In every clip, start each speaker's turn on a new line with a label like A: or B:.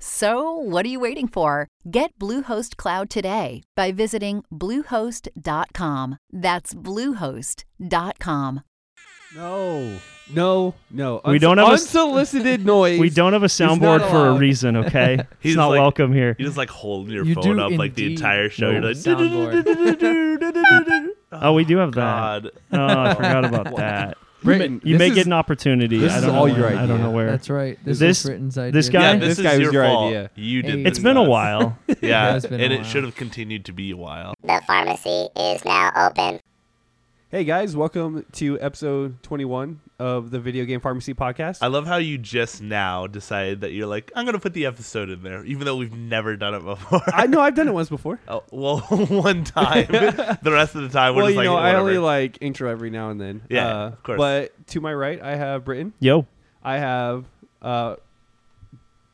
A: So, what are you waiting for? Get Bluehost Cloud today by visiting Bluehost.com. That's Bluehost.com.
B: No, no, no.
C: We don't have a-
B: unsolicited noise.
C: We don't have
B: not
C: a soundboard for a
B: allowed.
C: reason, okay? He's
D: He's
C: not
D: like-
C: welcome here.
D: You just like holding your
E: You
D: phone
E: do
D: up like the
E: indeed
D: entire show. You're
E: know
D: like,
E: soundboard.
C: Oh, we do have that.
D: God.
C: Oh, I forgot about that.
B: Britton,
C: You may
B: this
C: get
B: is-
C: an opportunity.
B: this
C: I
B: is
C: don't know
B: all
C: when-
B: your
C: I don't
B: idea.
C: know where.
E: That's right. This,
C: This-
E: is Britton's idea.
C: this guy-
D: Yeah,
C: Guy?
D: this,
B: This
D: is
B: guy was
D: your,
B: your
D: fault.
B: idea.
D: You did.
E: Hey.
C: It's
D: this,
C: been a
D: guys.
C: while.
D: Yeah,
E: has been a
D: and it
E: while.
D: should have continued to be a while.
F: The pharmacy is now open.
B: Hey guys, welcome to episode 21 of the Video Game Pharmacy Podcast.
D: I love how you just now decided that you're like, I'm gonna put the episode in there, even though we've never done it before.
B: I know I've done it once before.
D: Oh, well, one time. the rest of the time, we're
B: well,
D: just
B: you
D: like,
B: know, I
D: whatever.
B: only like intro every now and then.
D: Yeah,
B: Uh,
D: of course.
B: But to my right, I have Britton.
C: Yo,
B: I have uh,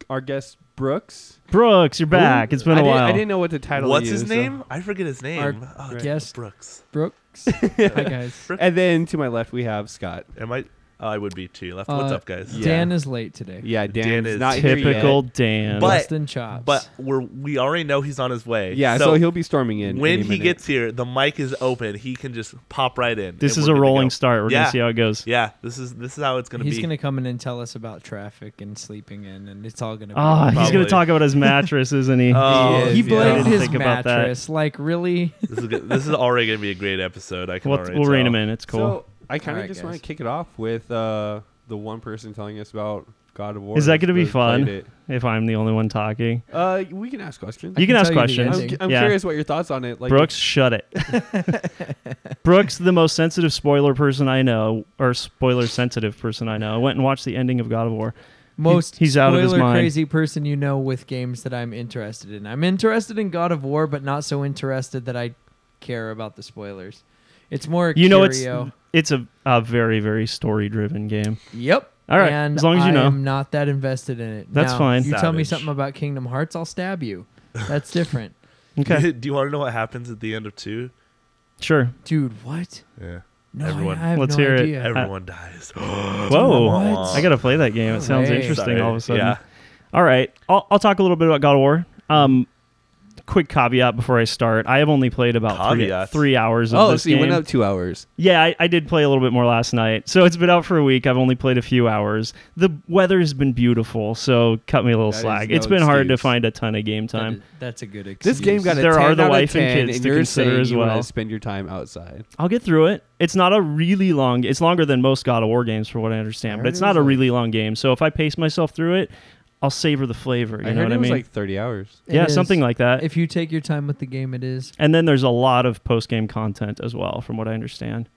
B: our guest Brooks.
C: Brooks, you're back.
B: Who-
C: It's been
B: I
C: a
B: didn't-
C: while.
B: I didn't know what to title.
D: What's
B: you,
D: his
B: so-
D: name? I forget his name.
E: Our
D: Oh,
E: guest-
D: Brooks.
E: Brooks. Hi guys.
B: And then to my left, we have Scott.
D: Am I? Oh, I would be too. Left. What's
E: Uh,
D: up, guys?
B: yeah.
E: Dan is late today.
B: Yeah, Dan,
D: Dan
B: is
D: is
B: not here yet.
C: Typical Dan.
D: But-
E: Justin Chops.
D: But we're we already know he's on his way.
B: Yeah, so, he'll be storming in
D: when
B: any
D: he
B: minute.
D: gets here. The mic is open. He can just pop right in.
C: this
D: and
C: is a
D: we're good to
C: rolling
D: go.
C: start. We're
D: Yeah.
C: gonna see how it goes.
D: Yeah, this is this is how it's gonna
E: he's
D: be.
E: gonna come in and tell us about traffic and sleeping in, and it's all gonna. be
C: Ah, he's gonna
D: Probably.
C: talk about his mattress, isn't he?
D: Oh,
E: he
B: yeah.
E: bladed
C: I didn't
E: his
C: think about that.
E: mattress. Like really?
D: this is good. this is already gonna be a great episode. I can
C: we'll
D: already
C: we'll rein
D: tell.
C: him in. It's cool.
B: So I kind of
E: Alright,
B: just
E: guys.
B: want to kick it off with uh, the one person telling us about God of War.
C: is that gonna be
B: who played
C: fun?
B: it.
C: If I'm the only one talking,
B: Uh, we can ask questions.
C: you can,
E: can
C: ask
E: tell you the
C: questions.
B: I'm,
E: ending.
B: I'm
C: yeah.
B: curious what your thoughts on it. Like
C: Brooks, shut it. Brooks, the most sensitive spoiler person I know, or spoiler sensitive person I know, went and watched the ending of God of War.
E: Most
C: he's out of his
E: spoiler
C: mind.
E: crazy person you know with games that I'm interested in. I'm interested in God of War, but not so interested that I care about the spoilers. It's more
C: You know, it's
E: curio.
C: it's a, a very very story driven game.
E: Yep.
C: All right,
E: And
C: as long as you
E: I
C: know.
E: am not that invested in it.
C: That's
E: Now,
C: fine.
E: You tell me
D: Savage.
E: something about Kingdom Hearts, I'll stab you. That's different.
C: Okay,
D: Do you want to know what happens at the end of two?
C: sure.
E: Dude, what?
D: Yeah.
E: No,
D: Everyone-
E: I, I have
C: Let's
E: no
C: hear it.
E: idea.
D: Everyone dies.
C: Whoa,
E: What?
C: I gotta play that game. It sounds
E: Alright.
C: interesting.
D: Sorry.
C: All of a sudden.
D: Yeah.
C: All right, I'll, I'll talk a little bit about God of War. Um, quick caveat before I start. I have only played about three,
D: Caveats?
C: three hours of
B: Oh,
C: this
B: so you
C: game.
B: went up two hours.
C: Yeah, I, I did play a little bit more last night. So it's been out for a week. I've only played a few hours. The weather's been beautiful, so cut me a little
B: That is
C: slack.
B: no
C: It's been hard to
B: excuse.
C: find a ton of game
E: That
C: time.
E: is- that's a good excuse.
B: This game got a
C: There
B: 10
C: are the
B: out of
C: wife and
B: 10,
C: kids to
B: you're
C: consider
B: saying
C: as
B: you wanna
C: well.
B: spend your time outside.
C: I'll get through it. It's not a really long. It's longer than most God of War games, for what I understand.
B: I
C: but
B: heard
C: it's
B: it
C: not
B: was
C: a
B: like-
C: really long game. So if I pace myself through it, I'll savor the flavor. You
B: I
C: know
B: heard
C: what
B: it
C: I
B: was
C: mean?
B: like 30 hours.
E: It
C: yeah,
E: is-
C: something like that.
E: If you take your time with the game, it is.
C: and then there's a lot of post game content as well, from what I understand.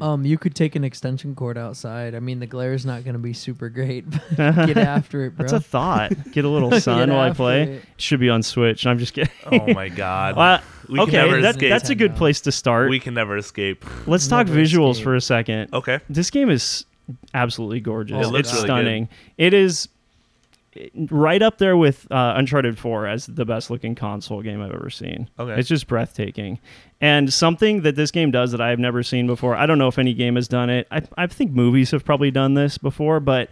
E: Um, you could take an extension cord outside. I mean, the glare is not going to be super great. But get after it, bro.
C: That's a thought. Get a little
E: Get
C: sun while I
E: after
C: play.
E: it.
C: Should be on Switch. I'm just kidding.
D: Oh my god.
C: Well,
D: We can
C: okay,
D: never
C: that-
D: escape.
C: that's a good
E: Nintendo.
C: place to start.
D: we can never escape.
C: Let's talk
E: Never
C: visuals
E: escape.
C: for a second.
D: Okay.
C: This game is absolutely
E: Oh,
C: gorgeous.
E: it looks
C: it's
E: really
D: good.
C: stunning. It is right up there with uh, Uncharted 4 as the best looking console game I've ever seen.
D: Okay.
C: It's just breathtaking. And something that this game does that I've never seen before, I don't know if any game has done it. I, I think movies have probably done this before, but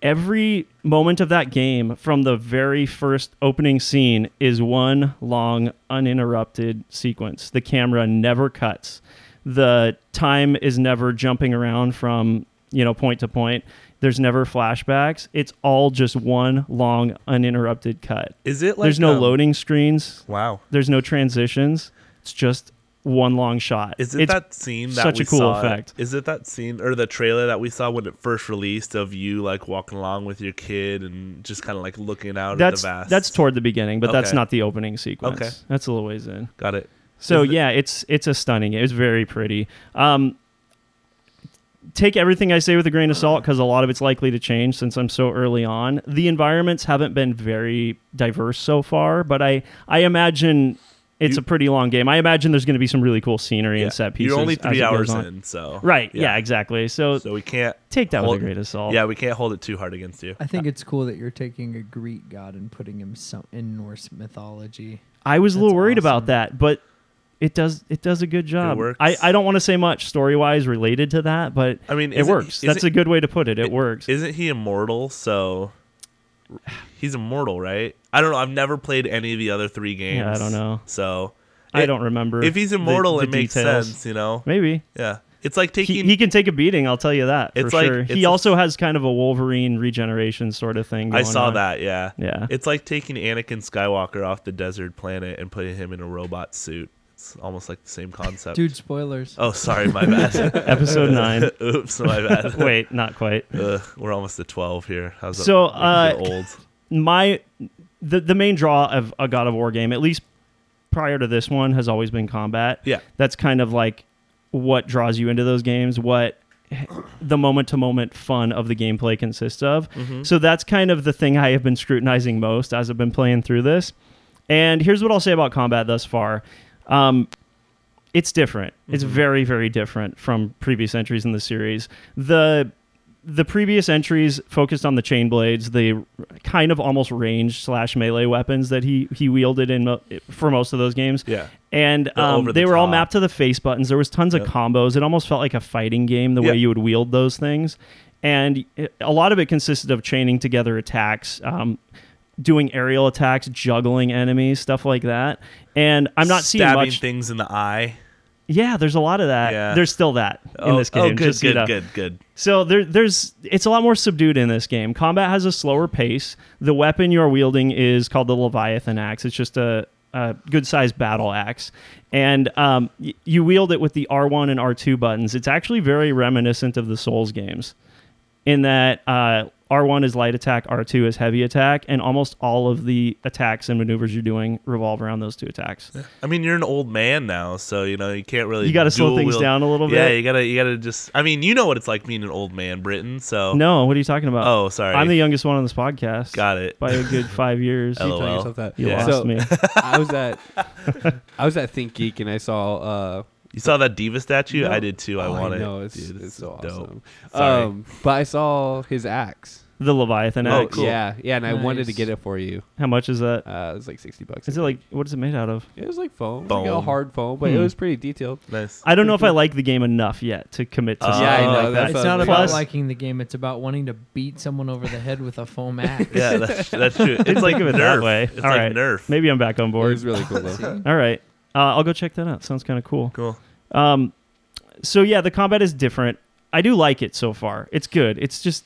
C: every moment of that game from the very first opening scene is one long uninterrupted sequence the camera never cuts the time is never jumping around from you know point to point there's never flashbacks it's all just one long uninterrupted cut
D: Is it like
C: there's no
D: um,
C: loading screens
D: Wow.
C: there's no transitions it's just one long shot.
D: Is it
C: It's
D: that scene that
C: such
D: we
C: a cool
D: saw?
C: effect.
D: Is it that scene or the trailer that we saw when it first released of you like walking along with your kid and just kind of like looking out
C: That's
D: at the vast?
C: that's toward the beginning, but that's
D: Okay.
C: not the opening sequence.
D: Okay.
C: That's a little ways in.
D: got it.
C: So
D: Is it-
C: yeah, it's it's a stunning. It's very pretty. Um, take everything I say with a grain of salt because a lot of it's likely to change since I'm so early on. The environments haven't been very diverse so far, but I I imagine it's
D: You-
C: a pretty long game. I imagine there's going to be some really cool scenery and set pieces.
D: You're only
C: as
D: three
C: it goes
D: hours
C: on.
D: in, so
C: Right. Yeah. exactly. So,
D: So we can't
C: take that with
D: hold-
C: a grain of salt.
D: Yeah, we can't hold it too hard against you.
E: I
C: Uh,
E: think it's cool that you're taking a Greek god and putting him some in Norse mythology.
C: I was a little
E: That's
C: worried about
E: awesome.
C: that, but it does it does a good job.
D: works.
C: I, I don't want to say much story wise related to that, but
D: I mean,
C: it
D: isn't-
C: works.
D: isn't-
C: That's a good way to put it. It, works.
D: Isn't he immortal? So he's immortal, right? I don't know. I've never played any of the other three games.
C: Yeah, I don't know.
D: So
C: I
D: it-
C: don't remember.
D: If he's
C: the-
D: immortal,
C: the
D: it makes
C: details.
D: sense. You know.
C: Maybe
D: Yeah. It's like
C: he,
D: taking.
C: he can take a beating. I'll tell you that for
D: It's like-
C: sure.
D: it's
C: He
D: a-
C: also has kind of a Wolverine regeneration sort of thing.
D: I
C: going
D: saw
C: on.
D: that. Yeah.
C: Yeah.
D: It's like taking Anakin Skywalker off the desert planet and putting him in a robot suit. It's almost like the same concept.
E: Dude, spoilers.
D: Oh, sorry, my bad.
C: Episode nine.
D: Oops, my bad.
C: Wait, not quite.
D: Ugh, we're almost at twelve here. How's that
C: So,
D: make you feel
C: uh,
D: old.
C: my the the main draw of a God of War game, at least prior to this one, has always been combat.
D: Yeah.
C: that's kind of like what draws you into those games. What the moment to moment fun of the gameplay consists of. So that's kind of the thing I have been scrutinizing most as I've been playing through this. And here's what I'll say about combat thus far. Um, it's different. It's very, very different from previous entries in the series. The the previous entries focused on the chain blades, the kind of almost range slash melee weapons that he he wielded in mo- for most of those games.
D: Yeah.
C: and
D: They're
C: um,
D: over the
C: they were all
D: top.
C: mapped to the face buttons. There was tons
D: Yep.
C: of combos. It almost felt like a fighting game the way
D: Yeah.
C: you would wield those things. And it- a lot of it consisted of chaining together attacks. Um, Doing aerial attacks, juggling enemies, stuff like that, and I'm not seeing
D: stabbing
C: much.
D: things in the eye.
C: Yeah, there's a lot of that.
D: Yeah.
C: There's still that in this game.
D: Oh, good,
C: just, you
D: good,
C: know.
D: good, good.
C: So there, there's it's a lot more subdued in this game. Combat has a slower pace. The weapon you're wielding is called the Leviathan axe. It's just a, a good sized battle axe, and um, y- you wield it with the R1 and R2 buttons. It's actually very reminiscent of the Souls games, in that uh, R1 is light attack, R2 is heavy attack, and almost all of the attacks and maneuvers you're doing revolve around those two attacks.
D: I mean, you're an old man now, so you know you can't really.
C: You gotta slow
D: dual
C: things
D: wield-
C: down a little
D: Yeah,
C: bit.
D: you gotta, you gotta just. I mean, you know what it's like being an old man, Britain. So
C: No, what are you talking about?
D: Oh, sorry.
C: I'm the youngest one on this podcast.
D: Got it.
C: By a good five years.
D: Hello.
B: telling
D: LOL.
B: yourself that.
C: You
D: Yeah.
C: lost
B: So,
C: me.
B: I was at I was at Think Geek and I saw uh
D: You saw that diva statue? I
B: No.
D: did too. I
B: oh,
D: want
B: know,
D: it.
B: It's,
D: Dude, this
B: it's
D: is
B: so awesome.
D: Sorry.
B: Um but I saw his axe.
C: The Leviathan
D: Oh,
C: axe.
D: cool.
B: Yeah, yeah, and I wanted to
E: Nice.
B: get it for you.
C: How much is that?
B: Uh it was like 60 bucks.
C: Is it like what is it made out of?
B: It was like foam. It was like a
D: Foam.
B: hard foam, but it
C: Hmm.
B: was pretty detailed.
D: Nice.
C: I don't know if I like the game enough yet to commit to
D: Oh,
C: something
D: Yeah, I know,
C: like
B: that's
C: that.
E: it's not
B: what-
E: about
C: Plus-
E: liking the game. It's about wanting to beat someone over the head with a foam axe.
D: yeah, that's, that's true. It's like
C: Think of it
D: Nerf.
C: that way.
D: It's
C: All
D: like
C: right.
D: Nerf.
C: Maybe I'm back on
B: It
C: board.
B: was really cool though.
C: All right. Uh, I'll go check that out. Sounds kind of cool.
D: Cool.
C: Um, so yeah, the combat is different. I do like it so far. It's good. It's just,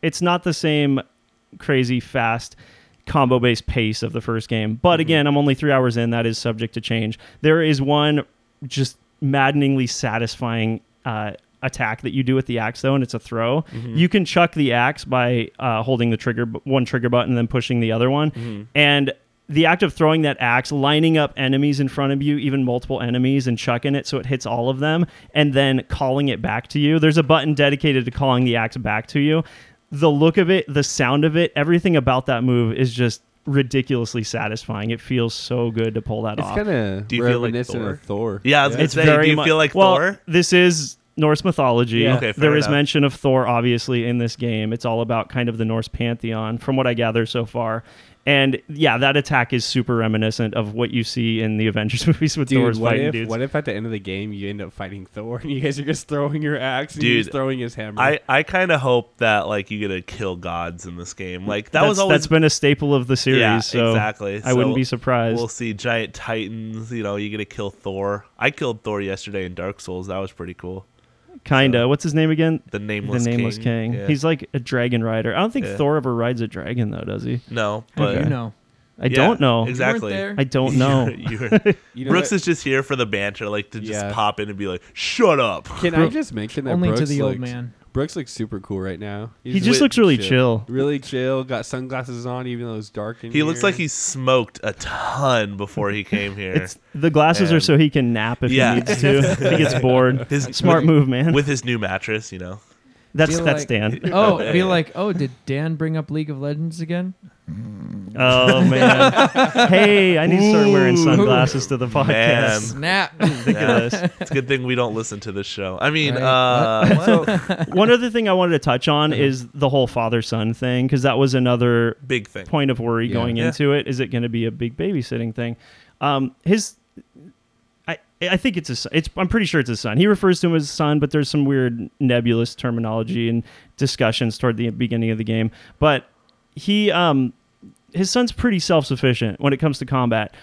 C: it's not the same crazy fast combo based pace of the first game.
D: Mm-hmm.
C: But again, I'm only three hours in. That is subject to change. There is one just maddeningly satisfying uh, attack that you do with the axe though, and it's a throw. You can chuck the axe by uh, holding the trigger bu- one trigger button, and then pushing the other one, and the act of throwing that axe, lining up enemies in front of you, even multiple enemies, and chucking it so it hits all of them, and then calling it back to you. There's a button dedicated to calling the axe back to you. The look of it, the sound of it, everything about that move is just ridiculously satisfying. It feels so good to pull that
B: It's
C: off.
B: kind of
D: Do you feel like
B: reminiscent
D: Thor?
B: of Thor.
D: Yeah, I was gonna
C: It's
D: say.
C: very
D: do you
C: mu-
D: feel like
C: well,
D: Thor?
C: This is Norse mythology.
B: Yeah.
D: Okay, fair
C: There is
D: enough.
C: mention of Thor, obviously, in this game. It's all about kind of the Norse pantheon, from what I gather so far. And yeah, that attack is super reminiscent of what you see in the Avengers movies with
B: Dude,
C: Thor's
B: what
C: fighting
B: if
C: dudes.
B: what if at the end of the game you end up fighting Thor and you guys are just throwing your axe and
D: Dude,
B: he's throwing his hammer?
D: I, I kind of hope that like you get to kill gods in this game. Like that
C: That's-
D: was always
C: that's been a staple of the series.
D: Yeah,
C: so
D: exactly.
C: I wouldn't
D: So
C: be surprised.
D: We'll see giant titans. You know, you get to kill Thor. I killed Thor yesterday in Dark Souls. That was pretty cool.
C: Kinda. What's his name again?
D: The nameless
C: the nameless king.
D: Yeah.
C: He's like a dragon rider. I don't think
D: Yeah.
C: Thor ever rides a dragon though, does he?
D: no,
E: How
D: but
E: do you know?
C: I don't know.
D: Exactly.
E: there.
C: I don't know.
D: You were-
B: You know
D: Brooks
B: what?
D: is just here for the banter, like to just
B: Yeah.
D: pop in and be like, "Shut up."
B: Can I just mention that
E: Only to
B: Brooks
E: the old
B: looks-
E: man.
B: Brooks looks super cool right now.
C: He just looks really chill.
B: Really chill. Got sunglasses on, even though it's dark in
D: He looks
B: here.
D: like he smoked a ton before he came here.
C: It's the glasses are
D: And-
C: so he can nap if
D: Yeah.
C: he needs to. he gets bored.
D: His-
C: Smart
D: with-
C: move, man.
D: with his new mattress, you know.
C: that's
E: Feel
C: that's
E: like-
C: Dan.
E: Oh, be like, oh, did Dan bring up League of Legends again?
C: Oh man. hey, I need to start wearing sunglasses to the
D: Man.
C: podcast.
E: Snap.
C: Think of this.
D: It's a good thing we don't listen to this show. I mean,
E: Right.
D: uh, what?
C: One other thing I wanted to touch on is the whole father son thing because that was another
D: big thing.
C: point of worry going
D: Yeah.
C: into it. Is it going to be a big babysitting thing? Um, his, I I think it's a son. It's I'm pretty sure it's his son. He refers to him as his son, but there's some weird nebulous terminology and discussions toward the beginning of the game. But he um, his son's pretty self sufficient when it comes to combat.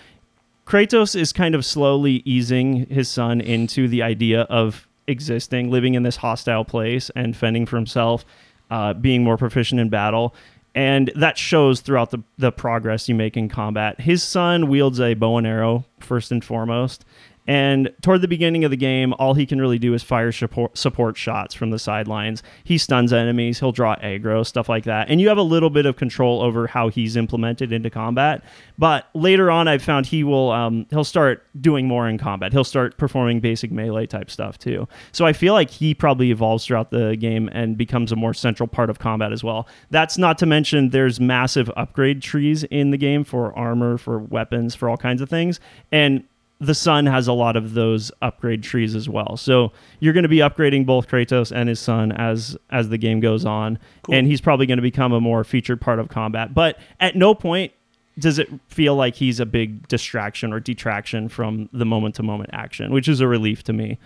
C: Kratos is kind of slowly easing his son into the idea of existing, living in this hostile place and fending for himself, uh, being more proficient in battle. And that shows throughout the, the progress you make in combat. His son wields a bow and arrow, first and foremost. And toward the beginning of the game, all he can really do is fire support, support shots from the sidelines. He stuns enemies, he'll draw aggro, stuff like that. And you have a little bit of control over how he's implemented into combat. But later on, I've found he will um, he'll start doing more in combat. He'll start performing basic melee type stuff too. So I feel like he probably evolves throughout the game and becomes a more central part of combat as well. That's not to mention there's massive upgrade trees in the game for armor, for weapons, for all kinds of things. And the son has a lot of those upgrade trees as well. So you're going to be upgrading both Kratos and his son as as the game goes on, and he's probably going to become a more featured part of combat. But at no point does it feel like he's a big distraction or detraction from the moment to moment action, which is a relief to me.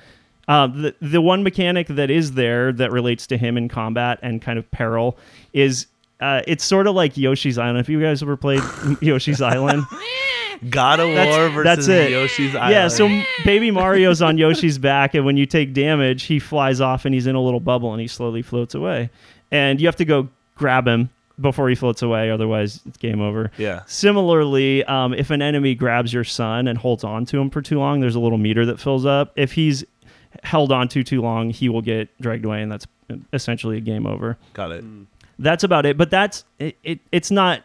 C: Uh, the the one mechanic that is there that relates to him in combat and kind of peril is. Uh, it's sort of like Yoshi's Island. If you guys ever played Yoshi's Island,
D: God of War versus
C: that's it.
D: Yoshi's Island.
C: Yeah, so baby Mario's on Yoshi's back, and when you take damage, he flies off and he's in a little bubble and he slowly floats away. And you have to go grab him before he floats away, otherwise, it's game over.
D: Yeah.
C: Similarly, um, if an enemy grabs your son and holds on to him for too long, there's a little meter that fills up. If he's held on to too long, he will get dragged away, and that's essentially a game over
D: got it.
B: Hmm.
C: that's about it. But that's it, it. It's not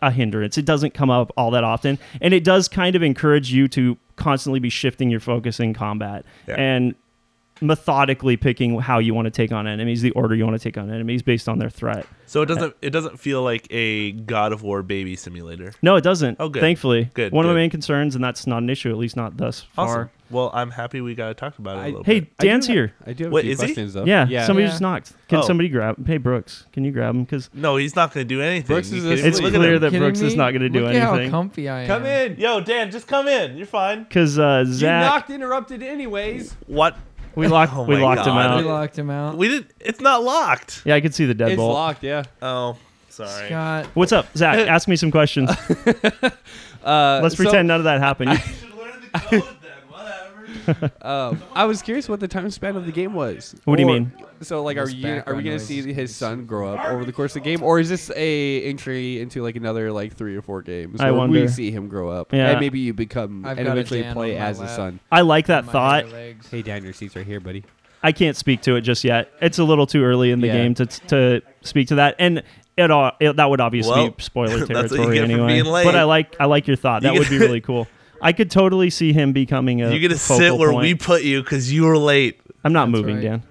C: a hindrance. It doesn't come up all that often, and it does kind of encourage you to constantly be shifting your focus in combat
D: Yeah.
C: and methodically picking how you want to take on enemies, the order you want to take on enemies based on their threat.
D: So it doesn't it doesn't feel like a God of War baby simulator.
C: No, it doesn't.
D: Oh, good.
C: Thankfully,
D: Good,
C: One of
D: good.
C: my main concerns, and that's not an issue, at least not thus far.
D: Awesome. Well, I'm happy we got to talk about it a
B: I-
D: little
C: Hey,
D: bit.
B: I do
C: Dan's
B: have-
C: here.
B: I do have a
D: Wait,
B: few
D: is he?
B: questions though.
C: Yeah, somebody
E: Yeah.
C: just knocked. Can
D: Oh.
C: somebody grab? Hey, Brooks, can you grab him? Because
D: No, he's not going to do anything.
B: Brooks
D: You
B: is
D: kidding me?
B: asleep.
C: it's
D: Look at
C: clear
D: him.
C: that
E: Kidding
C: Brooks is
E: me?
C: not going to do
E: Look At how
C: anything.
E: comfy I am.
B: Come in.
D: Yo, Dan, just come in. You're fine.
C: Because uh,
B: You
C: Zach,
B: knocked interrupted anyways.
D: What?
C: we locked,
D: Oh
C: we
D: my
C: locked him
D: God.
E: We
C: out.
E: locked him out.
D: We did. It's not locked.
C: Yeah, I could see the deadbolt.
B: It's locked, yeah.
D: Oh, sorry.
E: Scott.
C: What's up, Zach? Ask me some questions.
B: Uh,
C: Let's
B: so,
C: pretend none of that happened.
D: You should learn the code then. Whatever.
B: um, I was curious what the time span of the game was.
C: What do you mean?
B: So, like, are
E: Those
B: you are we
E: background
B: gonna
E: noises.
B: see his son grow up over the course of the game, or is this a entry into like another like three or four games
C: I
B: where we
C: wonder.
B: see him grow up
C: Yeah.
B: and maybe you become
E: I've
B: and
E: got a
B: eventually
E: Dan
B: play
E: on my
B: as a
E: lap.
B: son?
C: I like that
E: my
C: thought.
E: other legs.
B: Hey, Dan, your seat's right here, buddy.
C: I can't speak to it just yet. It's a little too early in the
B: Yeah.
C: game to to speak to that, and it, all, it that would obviously
D: Well,
C: be spoiler
D: that's what you
C: territory
D: get for
C: anyway.
D: being late.
C: But I like I like your thought.
D: You
C: That would be
D: get-
C: really cool. I could totally see him becoming a.
D: You're going to
C: focal
D: sit where we
C: point.
D: put you because you were late.
C: I'm not
E: That's
C: moving,
E: right.
C: Dan.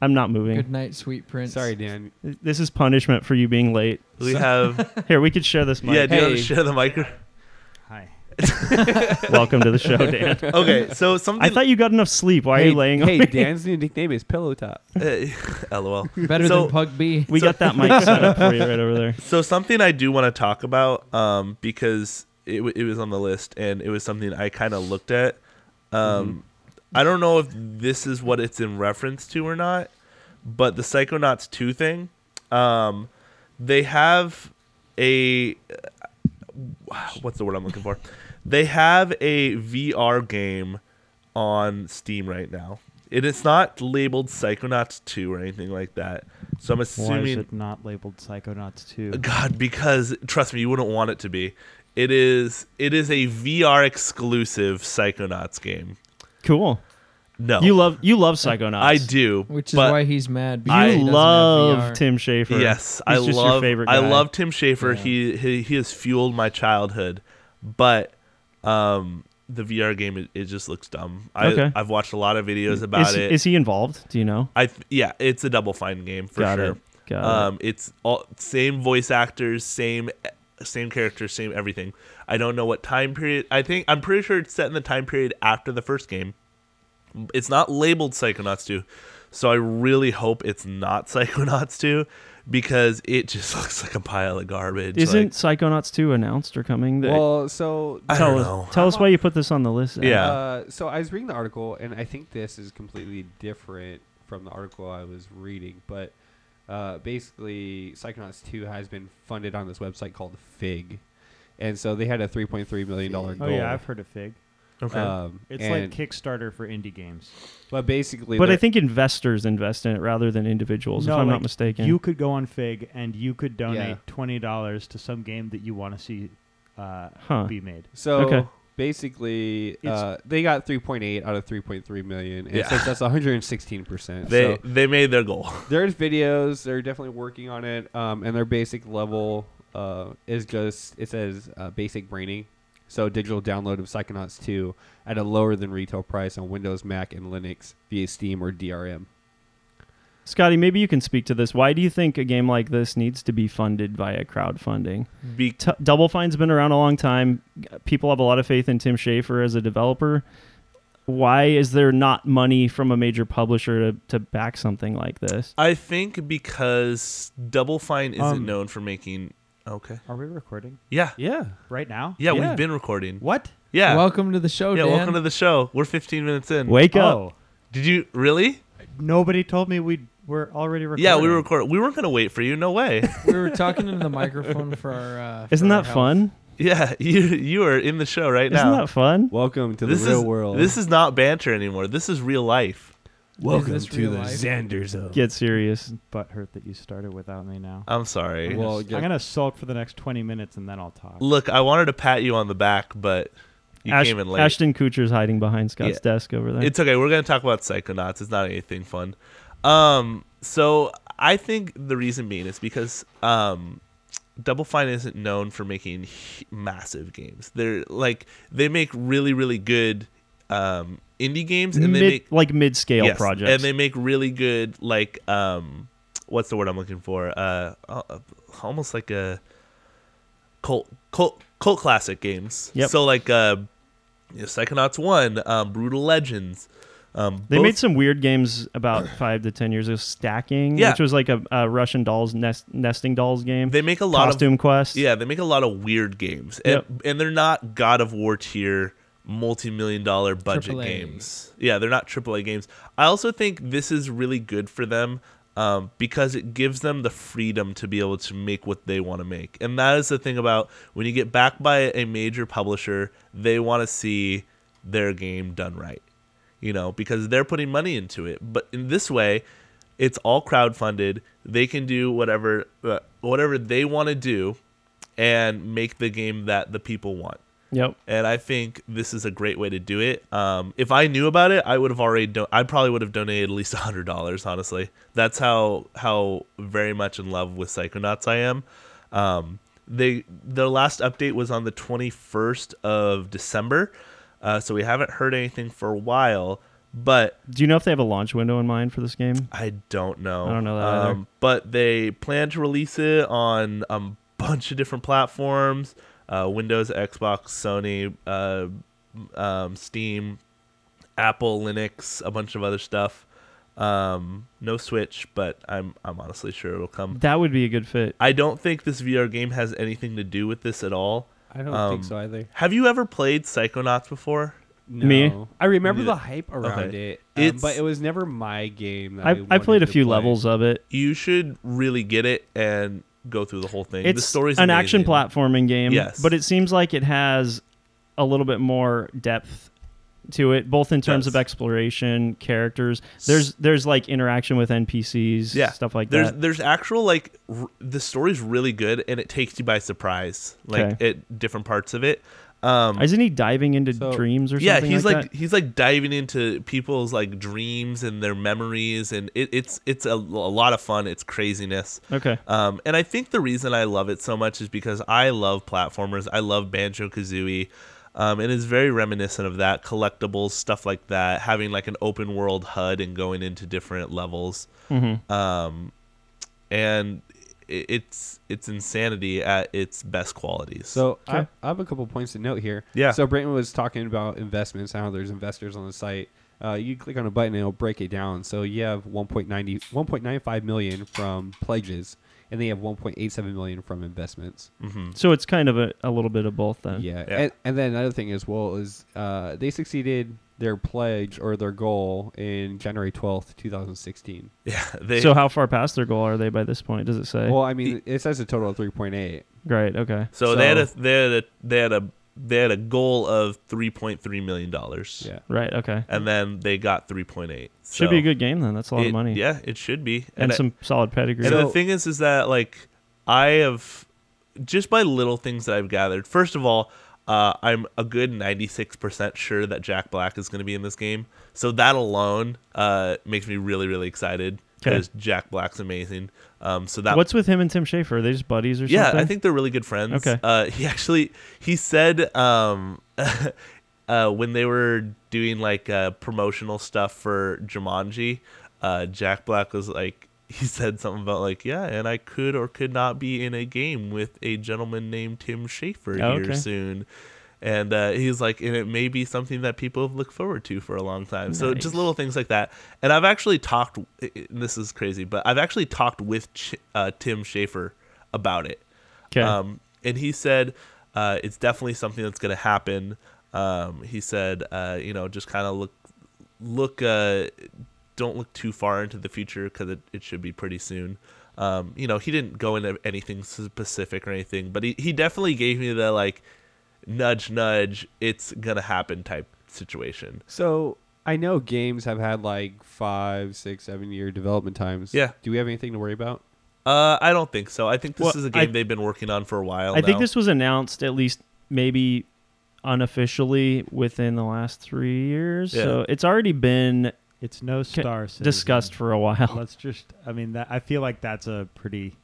C: I'm not
E: Good
C: moving.
E: night, sweet prince.
B: Sorry, Dan.
C: This is punishment for you being late.
D: We have.
C: Here, we could share this mic.
D: yeah, do you want
B: Hey.
D: to share the micro?
G: Hi.
C: Welcome to the show, Dan.
D: Okay, so something.
C: I thought you got enough sleep. Why are
B: hey,
C: you laying on
B: Hey,
C: me?
B: Dan's new nickname is Pillow Top.
D: Uh, LOL.
E: Better
D: So-
E: than Pug B.
C: We got that mic set up for you right over there.
D: So something I do want to talk about um, because it, w- it was on the list and it was something I kind of looked at. Um, I don't know if this is what it's in reference to or not, but the Psychonauts 2 thing, um, they have a what's the word I'm looking for? They have a VR game on Steam right now. And it's not labeled Psychonauts 2 or anything like that. So I'm
G: Why
D: assuming
C: Uh,
G: is it not labeled Psychonauts 2?
D: God, because trust me, you wouldn't want it to be. It is it is a VR exclusive Psychonauts game.
C: Cool.
D: No,
C: You love you love Psychonauts.
D: Oh. I do,
E: Which is
D: but
E: why he's mad. because
C: I
E: he doesn't have
C: love
E: VR.
C: Tim Schafer.
D: Yes,
C: He's
D: I
C: just
D: love.
C: your favorite. Guy.
D: I love Tim Schafer. He, he he has fueled my childhood, but um, the VR game it, it just looks dumb. I,
C: Okay.
D: I've watched a lot of videos about
C: is,
D: it.
C: is he involved? Do you know?
D: I th- yeah, it's a double fine game for
C: Got
D: sure.
C: it. Got it.
D: um, it's all same voice actors, same same characters, same everything. I don't know what time period. I think I'm pretty sure it's set in the time period after the first game. It's not labeled Psychonauts 2, so I really hope it's not Psychonauts 2 because it just looks like a pile of garbage.
C: Isn't
D: like,
C: Psychonauts 2 announced or coming? That-
B: Well, so
D: I
C: tell
D: don't
C: us,
D: know.
C: tell us why you put this on the list. Zach.
D: Yeah.
B: Uh, so I was reading the article, and I think this is completely different from the article I was reading. But uh, basically, Psychonauts 2 has been funded on this website called Fig, and so they had a 3.3 million dollar
G: Oh
B: goal.
G: yeah, I've heard of Fig.
D: okay.
C: Uh,
B: Um,
G: It's
B: and-
G: like Kickstarter for indie games.
B: but basically,
C: But I
B: they're-
C: think investors invest in it rather than individuals, if I'm
G: like,
C: not mistaken.
G: You could go on Fig and you could donate
B: Yeah.
G: twenty dollars to some game that you want to see uh,
C: Huh.
G: be made.
B: so.
C: okay.
B: Basically,
G: It's-
B: uh, they got 3.8 out of 3.3 million, and
D: Yeah.
B: since that's 116 percent.
D: they
B: so
D: they made their goal.
B: there's videos. They're definitely working on it. Um, and their basic level uh, is just it says uh, basic braining. So digital download of Psychonauts 2 at a lower than retail price on Windows, Mac, and Linux via Steam or DRM.
C: Scotty, maybe you can speak to this. Why do you think a game like this needs to be funded via crowdfunding?
D: Be-
C: T- Double Fine's been around a long time. People have a lot of faith in Tim Schafer as a developer. Why is there not money from a major publisher to, to back something like this?
D: I think because Double Fine isn't
G: Um,
D: known for making. Okay.
G: Are we recording
D: Yeah.
B: Yeah.
G: right now?
D: Yeah,
B: Yeah.
D: we've been recording.
G: What?
D: Yeah.
E: Welcome to the show,
D: yeah,
E: Dan.
D: welcome to the show. We're 15 minutes in.
C: Wake up.
G: Oh,
D: Did you really?
G: nobody told me we were already recording.
D: Yeah, we were record. We weren't gonna wait for you. No way.
E: we were talking into the microphone for our. Uh, for
C: Isn't
E: our
C: that
E: health.
C: fun?
D: yeah, you you are in the show right
C: Isn't
D: now.
C: that fun?
B: Welcome to
D: this
B: the real
D: is
B: world.
D: this is not banter anymore. This is real life.
E: Welcome Is this to real the life?
B: Xander Zone.
C: Get serious.
G: But hurt that you started without me now.
D: I'm sorry.
B: Well,
G: I'm
B: yeah.
G: gonna sulk for the next twenty minutes and then I'll talk.
D: Look, I wanted to pat you on the back, but you
C: Ash-
D: came in late.
C: Ashton Kutcher's hiding behind Scott's
D: Yeah.
C: desk over there.
D: It's okay. We're gonna talk about Psychonauts. It's not anything fun. Um, so I think the reason being is because um, Double Fine isn't known for making h- massive games. They're like they make really really good um indie games, and they
C: Mid-
D: make
C: like mid-scale
D: Yes,
C: projects.
D: and they make really good like um, what's the word I'm looking for? Uh, uh, almost like a cult cult cult classic games.
C: Yep.
D: So like uh, you know, Psychonauts one, um, Brutal Legends. Um,
C: They
D: both-
C: made some weird games about five to ten years ago. Stacking,
D: Yeah.
C: which was like a, a Russian dolls nest, nesting dolls game.
D: They make a lot
C: costume
D: of
C: quest.
D: yeah. They make a lot of weird games,
C: Yep.
D: and, and they're not God of War tier multi-million dollar budget
E: AAA.
D: games. Yeah, they're not AAA games. I also think this is really good for them um, because it gives them the freedom to be able to make what they want to make. And that is the thing about when you get backed by a major publisher, they want to see their game done right, you know, because they're putting money into it. But in this way, it's all crowdfunded. They can do whatever uh, whatever they want to do and make the game that the people want
C: Yep.
D: and I think this is a great way to do it. Um, if I knew about it, I would have already. Do- I probably would have donated at least hundred dollars. Honestly, that's how how very much in love with Psychonauts I am. Um, they their last update was on the twenty first of December, uh, so we haven't heard anything for a while. But
C: Do you know if they have a launch window in mind for this game?
D: I don't know.
C: I don't know that
D: um,
C: either.
D: But they plan to release it on a bunch of different platforms: uh, Windows, Xbox, Sony, uh, um, Steam, Apple, Linux, a bunch of other stuff. Um, no Switch, but I'm I'm honestly sure it'll come.
C: That would be a good fit.
D: I don't think this VR game has anything to do with this at all.
B: I don't
D: Um,
B: think so either.
D: Have you ever played Psychonauts before?
B: No.
C: me?
B: I remember
D: Neither.
B: the hype around
D: Okay.
B: it, um,
D: It's-
B: but it was never my game. That I,
C: I, I played
B: wanted
C: a
B: to
C: few
B: play.
C: levels of it.
D: You should really get it and go through the whole thing. the
C: It's
D: story's
C: an action
D: amazing.
C: platforming game.
D: Yes.
C: But it seems like it has a little bit more depth to it, both in terms
D: Yes.
C: of exploration, characters. There's there's like interaction with NPCs,
D: yeah
C: stuff like
D: there's,
C: that.
D: there's actual like r- the story's really good and it takes you by surprise like
C: Okay.
D: at different parts of it um
C: Isn't he diving into
B: So-
C: dreams or
D: yeah
C: something?
D: he's
C: like,
D: like,
C: that?
D: he's like diving into people's like dreams and their memories and it, it's it's a, a lot of fun it's craziness
C: Okay.
D: um, and I think the reason I love it so much is because I love platformers. I love Banjo Kazooie. Um, and it's very reminiscent of that collectibles, stuff like that, having like an open world HUD and going into different levels.
C: Mm-hmm.
D: Um, and i- it's it's insanity at its best qualities.
B: So I,
C: Okay.
B: I have a couple points to note here.
D: Yeah.
B: So Brayton was talking about investments, how there's investors on the site. Uh, you click on a button and it'll break it down. So you have 1.90, 1.95 million from pledges, and they have 1.87 million from investments.
C: so it's kind of a, a little bit of both then.
B: Yeah.
D: Yeah.
B: And, and then another thing as well is uh, they succeeded their pledge or their goal in January 12th, 2016.
D: yeah, they,
C: so how far past their goal are they by this point? Does it say?
B: Well, I mean, it says a total of 3.8.
C: Great. Okay.
D: so they had a
B: so-
D: they had a they had a they had a goal of three point three million dollars.
B: Yeah.
C: Right. Okay.
D: and then they got three point eight.
C: Should be a good game then. That's a lot of money.
D: Yeah, it should be.
C: And,
D: I-
C: some solid pedigree.
D: And
B: So-
D: the thing is, is that like I have just by little things that I've gathered. First of all, uh, I'm a good 96% sure that Jack Black is going to be in this game. So that alone uh, makes me really, really excited
C: 'Kay.
D: because Jack Black's amazing. Um, so that
C: What's with him and Tim Schafer? Are they just buddies or
D: yeah,
C: something?
D: I think they're really good friends.
C: Okay.
D: Uh, he actually he said um, uh, when they were doing like uh, promotional stuff for Jumanji, uh, Jack Black was like he said something about like yeah, and I could or could not be in a game with a gentleman named Tim Schafer
C: Oh,
D: here
C: okay.
D: soon. And uh, he's like, and it may be something that people have looked forward to for a long time. So just
C: Nice.
D: little things like that. And I've actually talked. i- i- This is crazy, but I've actually talked with Ch- uh, Tim Schafer about it.
C: 'Kay.
D: Um, and he said uh, it's definitely something that's going to happen. Um, he said, uh, you know, just kind of look, look, uh, don't look too far into the future because it, it should be pretty soon. Um, you know, he didn't go into anything specific or anything, but he, he definitely gave me the like nudge, nudge, it's going to happen type situation.
B: So I know games have had like five, six, seven year development times.
D: Yeah.
B: Do we have anything to worry about?
D: Uh, I don't think so. I think this
C: Well,
D: is a
C: I-
D: game they've been working on for a while.
C: I think
D: now.
C: this was announced at least maybe unofficially within the last three years.
D: Yeah.
C: So it's already been
G: It's no star. Citizen.
C: discussed for a while.
G: Let's just. I mean, that I feel like that's a pretty.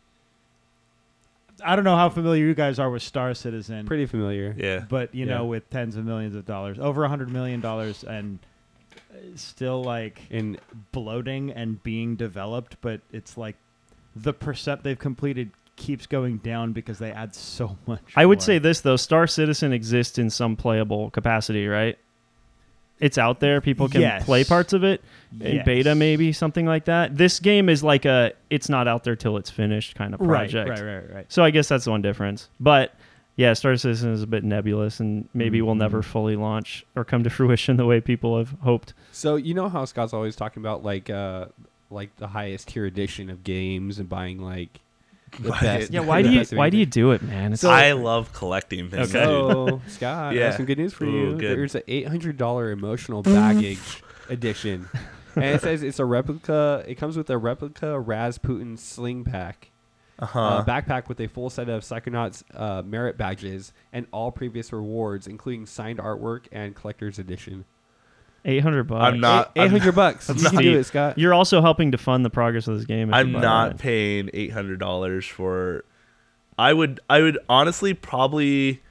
G: I don't know how familiar you guys are with Star Citizen,
B: Pretty familiar.
D: Yeah.
G: but you
B: Yeah.
G: know, with tens of millions of dollars, over a hundred million dollars, and uh, still like
B: And
G: bloating and being developed, but it's like the percent they've completed keeps going down because they add so much.
C: I would
G: more.
C: say this though: Star Citizen exists in some playable capacity, right? It's out there. People can
G: Yes.
C: play parts of it in
G: Yes.
C: beta, maybe something like that. This game is like a it's not out there till it's finished kind of
G: right,
C: project.
G: right, right, right.
C: So I guess that's the one difference. But yeah, Star Citizen is a bit nebulous, and maybe we'll never fully launch or come to fruition the way people have hoped.
B: so you know how Scott's always talking about like uh like the highest tier edition of games and buying like the
D: Buy
B: best.
D: it. Yeah,
C: Why
B: the
C: do you
B: best of
C: Why do you
B: anything.
C: do it, man? It's
D: I love collecting things.
C: Okay. Oh,
D: dude.
B: So Scott, I
D: Yeah.
B: have some good news for you.
D: Ooh, good.
B: There's an eight hundred dollar emotional
D: Mm.
B: baggage edition. And it says it's a replica it comes with a replica Rasputin sling pack.
D: Uh-huh.
B: uh, backpack with a full set of Psychonauts uh, merit badges and all previous rewards, including signed artwork and collector's edition.
C: eight hundred bucks.
D: I'm not.
B: Eight
D: Uh, I'm,
B: hundred bucks. You can
C: not-
B: do it, Scott.
C: You're also helping to fund the progress of this game. if
D: I'm
C: you buy
D: not
C: that.
D: paying eight hundred dollars for. I would. I would honestly probably.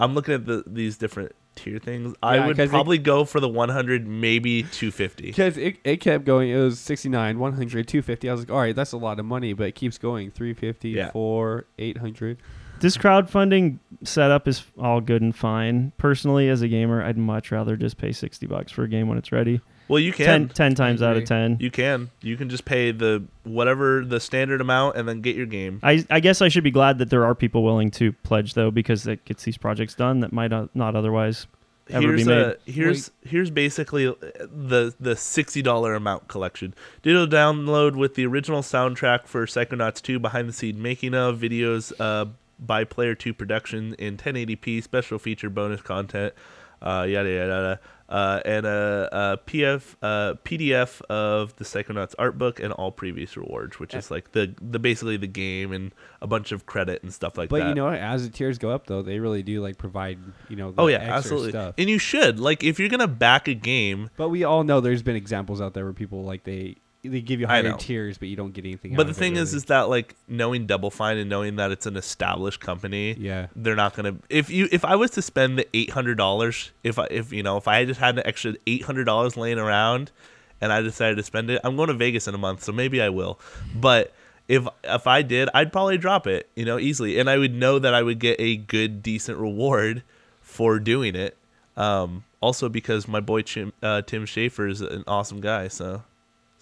D: I'm looking at the, these different tier things.
B: Yeah,
D: I
B: 'cause
D: would
B: it-
D: probably go for the 100, maybe 250.
B: Because it, it kept going. It was 69, 100, 250. I was like, all right, that's a lot of money, but it keeps going. 350,
D: Yeah.
B: 4, 800.
C: This crowdfunding setup is all good and fine. Personally, as a gamer, I'd much rather just pay sixty bucks for a game when it's ready.
D: Well, you
C: Ten,
D: can.
C: 10 times out of
E: agree.
C: ten.
D: You can. You can just pay the whatever the standard amount and then get your game.
C: I, I guess I should be glad that there are people willing to pledge though, because that gets these projects done that might not- not otherwise ever
D: here's
C: be made.
D: a- here's here's basically uh, the the sixty dollar amount collection. Digital download with the original soundtrack for Psychonauts 2 behind the scene making of videos uh, by Player Two Production in 1080p, special feature bonus content, uh, yada yada yada. uh, and a, a PF, uh, PDF of the Psychonauts art book and all previous rewards, which
B: Eh.
D: is like the, the basically the game and a bunch of credit and stuff like
B: But
D: that.
B: you know, what? as the tiers go up, though, they really do like provide you know. The
D: oh yeah,
B: extra
D: absolutely.
B: Stuff.
D: And you should like if you're gonna back a game,
B: but we all know there's been examples out there where people like they they give you
D: I
B: higher
D: know.
B: tiers, but you don't get anything. out
D: But the
B: of it,
D: thing is,
B: really.
D: is that like knowing Double Fine and knowing that it's an established company,
B: Yeah.
D: they're not gonna. If you, if I was to spend the eight hundred dollars, if I, if you know, if I just had an extra eight hundred dollars laying around, and I decided to spend it, I'm going to Vegas in a month, so maybe I will. But if if I did, I'd probably drop it, you know, easily, and I would know that I would get a good, decent reward for doing it. Um, also because my boy Chim, uh, Tim Schafer is an awesome guy, so.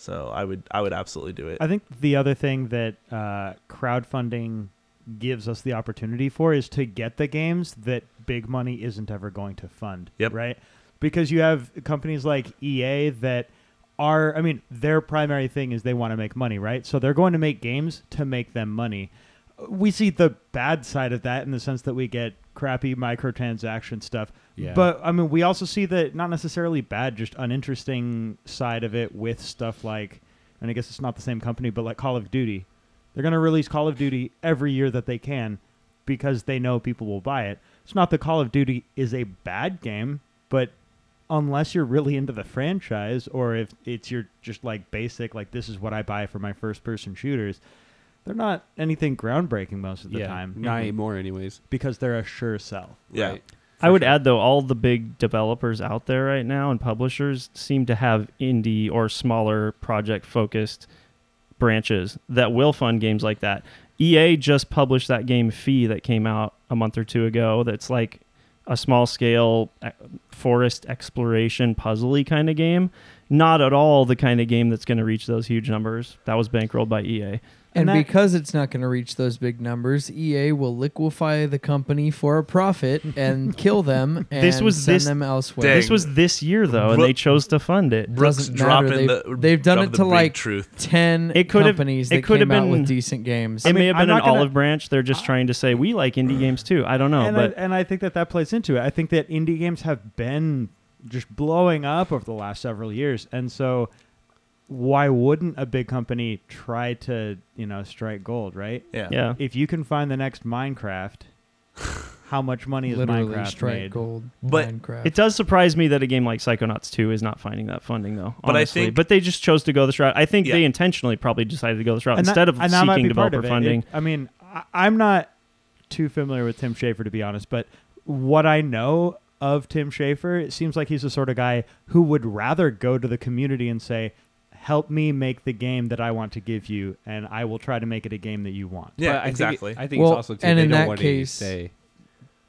D: So I would I would absolutely do it.
G: I think the other thing that uh, crowdfunding gives us the opportunity for is to get the games that big money isn't ever going to fund.
D: Yep.
G: Right? Because you have companies like EA that are, I mean, their primary thing is they want to make money, right? So they're going to make games to make them money. We see the bad side of that in the sense that we get crappy microtransaction stuff.
B: Yeah.
G: But I mean, we also see the not necessarily bad, just uninteresting side of it with stuff like, and I guess it's not the same company, but like Call of Duty. They're going to release Call of Duty every year that they can because they know people will buy it. It's not that Call of Duty is a bad game, but unless you're really into the franchise or if it's your just like basic, like this is what I buy for my first person shooters, they're not anything groundbreaking most of the
B: yeah,
G: time Mm-hmm.
B: not anymore, anyways.
G: because they're a sure sell.
D: Mm-hmm. Yeah.
B: Right.
C: I would add though, all the big developers out there right now and publishers seem to have indie or smaller project focused branches that will fund games like that. EA just published that game Fee that came out a month or two ago. That's like a small scale uh, forest exploration puzzly kind of game. Not at all the kind of game that's going to reach those huge numbers. That was bankrolled by E EA.
E: And,
G: And that-
E: because it's not going to reach those big numbers, EA will liquefy the company for a profit and kill them and
C: This was
E: send
C: this-
E: them elsewhere.
D: Dang.
C: This was this year though, and
D: Ru-
C: they chose to fund it.
D: Brooks
E: Doesn't matter.
D: dropping
E: They've-
D: the
E: they've done
D: drop
E: it
D: the
E: to,
D: big
E: like-
D: truth.
E: Ten
C: It could have-
E: companies
C: it
E: that
C: could have
E: came out
C: been-
E: with decent games.
C: It may have
G: I'm
C: been an
G: not gonna-
C: olive branch. They're just trying to say we like indie games too. I don't know,
G: and,
C: but
G: I, and I think that that plays into it. I think that indie games have been just blowing up over the last several years, and so why wouldn't a big company try to you know strike gold, right?
D: Yeah.
C: yeah,
G: If you can find the next Minecraft, how much money is
E: literally
G: Minecraft
E: strike
G: made?
E: gold.
D: But
E: Minecraft.
C: it does surprise me that a game like Psychonauts 2 is not finding that funding though. Honestly.
D: But
C: But
D: I think-
C: but they just chose to go this route. I think
D: Yeah.
C: they intentionally probably decided to go this route
G: And that-
C: instead of
G: and that might
C: seeking
G: be part
C: developer
G: of it.
C: funding.
G: It- I mean, I, I'm not too familiar with Tim Schafer to be honest, but what I know of Tim Schafer, it seems like he's the sort of guy who would rather go to the community and say, "Help me make the game that I want to give you, and I will try to make it a game that you want."
D: Yeah,
B: But I
D: exactly.
B: Think it- I think
E: Well,
B: it's also too,
E: and
B: they
E: in
B: don't
E: that
B: want
E: case-
B: to say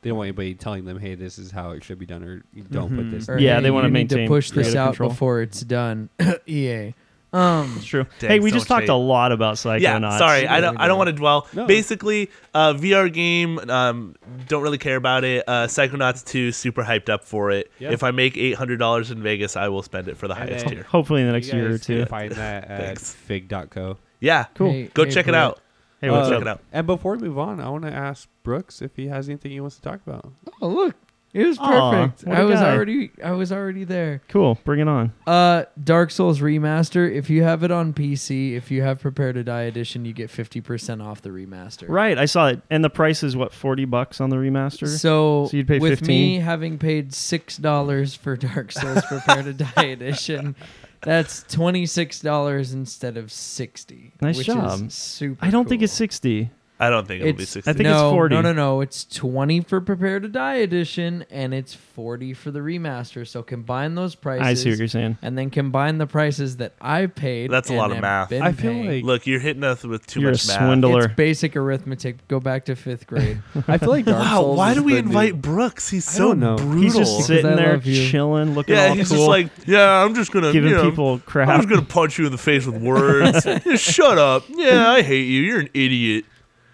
B: they don't want anybody telling them, "Hey, this is how it should be done," or "You "Don't put
G: Mhm.
B: this."
E: Or,
C: Yeah,
E: hey,
C: they wanna
E: you need
C: maintain
E: to push this
C: creative
E: out
C: control.
E: before it's done. EA. Um,
C: It's true.
D: Dang,
C: hey, we
D: so
C: just
D: much
C: talked a
D: hate.
C: lot about Psychonauts.
D: yeah, sorry. I don't.
E: Really
D: I don't
E: don't.
D: want to dwell.
B: No.
D: Basically, uh, VR game. Um, don't really care about it. Uh, Psychonauts two. Super hyped up for it.
B: Yeah.
D: If I make eight hundred dollars in Vegas, I will spend it for the
B: And
D: highest
B: then-
D: tier.
C: Hopefully in the
B: You
C: next year or
B: guys can
C: two.
B: Find that at
D: Thanks.
B: fig.co.
D: Yeah,
C: Cool.
E: hey-
D: go
E: hey,
D: check it
E: Brett,
D: out.
C: Hey, what's
D: check
C: up?
D: it out.
B: Um, And before we move on, I want to ask Brooks if he has anything he wants to talk about.
E: Oh look, it was
C: Aw,
E: perfect.
C: what a
E: I was
C: guy.
E: already I was already there.
C: Cool. Bring it on.
E: Uh, Dark Souls Remaster. If you have it on PC, if you have Prepare to Die edition, you get fifty percent off the remaster.
C: Right, I saw it. And the price is what 40 bucks on the remaster?
E: So,
C: So you'd pay
E: with
C: 15?
E: me having paid six dollars for Dark Souls Prepare to Die edition, that's twenty six dollars instead of sixty.
C: Nice
E: which
C: job.
E: Is super.
C: I don't think
E: cool.
C: it's 60.
D: I don't think it'll be
E: It's-
D: sixty.
C: I think
E: no,
C: it's 40.
E: No, no, no. It's 20 for Prepare to Die edition and it's 40 for the remaster. So combine those prices.
C: I see what you're saying.
E: And then combine the prices that I paid.
D: That's a
E: and
D: lot of
E: have
D: math.
E: been
B: I feel
E: paying.
B: like-
D: Look, you're hitting us with too
C: You're
D: much
C: a
D: math.
C: swindler.
E: it's basic arithmetic. Go back to fifth grade.
B: I feel like Dark
D: Wow,
B: Souls
D: why
B: is
D: do we
B: the new-
D: invite Brooks? He's
B: I
D: so
B: don't know.
D: brutal.
C: He's just sitting
E: I
C: there
E: love you.
C: chilling, looking
D: yeah,
C: all
D: he's
C: cool,
D: just like, yeah, I'm just gonna
C: giving
D: you know,
C: people crap.
D: I'm just gonna punch you in the face with words. Yeah, Shut up. Yeah, I hate you. You're an idiot.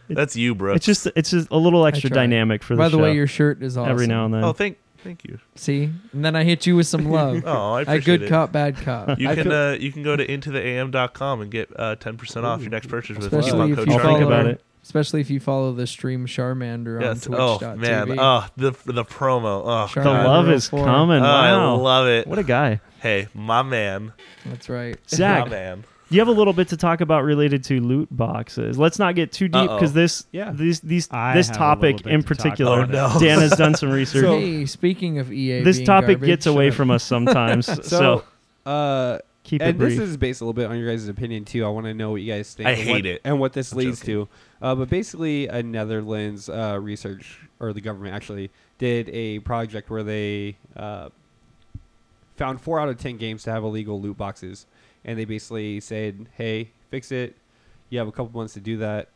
D: That's you, Brooks.
C: It's just it's just a little extra
E: tried.
C: dynamic for the
E: By the
C: show
E: way, your shirt is awesome.
C: every now and then.
D: Oh, thank, thank you.
E: See? And then I hit you with some love.
D: Oh, I
E: I
D: appreciate
E: good
D: it.
E: cop, bad cop.
D: You
B: I
D: can
B: feel-
D: uh, you can go to intotheam.com and get ten percent off your next purchase with
E: Especially
D: coupon
E: if
D: code
E: you
C: I'll think
E: follow
D: Charlie.
C: about it.
E: especially if you follow the stream Charmander on
D: Yes. Oh
E: Twitch.tv.
D: man. Oh, the the promo. Oh,
E: Sure.
C: The
E: Uh,
D: God.
C: love is
E: 04.
C: coming.
D: Oh,
C: wow.
D: I love it.
C: What a guy.
D: hey, my man.
E: That's right.
D: My
C: Zach,
D: man.
C: you have a little bit to talk about related to loot boxes. Let's not get too deep
D: Uh-oh.
C: because this
B: Yeah.
C: these these
G: I
C: this
G: have a
C: topic
G: little bit
C: in
G: to talk
C: particular,
D: about. Oh, no.
C: Dan has done some research.
E: hey, speaking of EA,
C: this
E: being
C: topic
E: garbage,
C: gets away
E: uh,
C: from us sometimes, so,
B: So, uh,
C: keep
B: and
C: it brief.
B: this is based a little bit on your guys' opinion too. I want to know what you guys think.
D: I
B: and
D: hate
B: what-
D: it.
B: and what this
D: I'm
B: leads
D: joking.
B: to. Uh, but basically, a Netherlands uh, research or the government actually did a project where they uh, found four out of ten games to have illegal loot boxes, and they basically said, "Hey, fix it. You have a couple months to do that,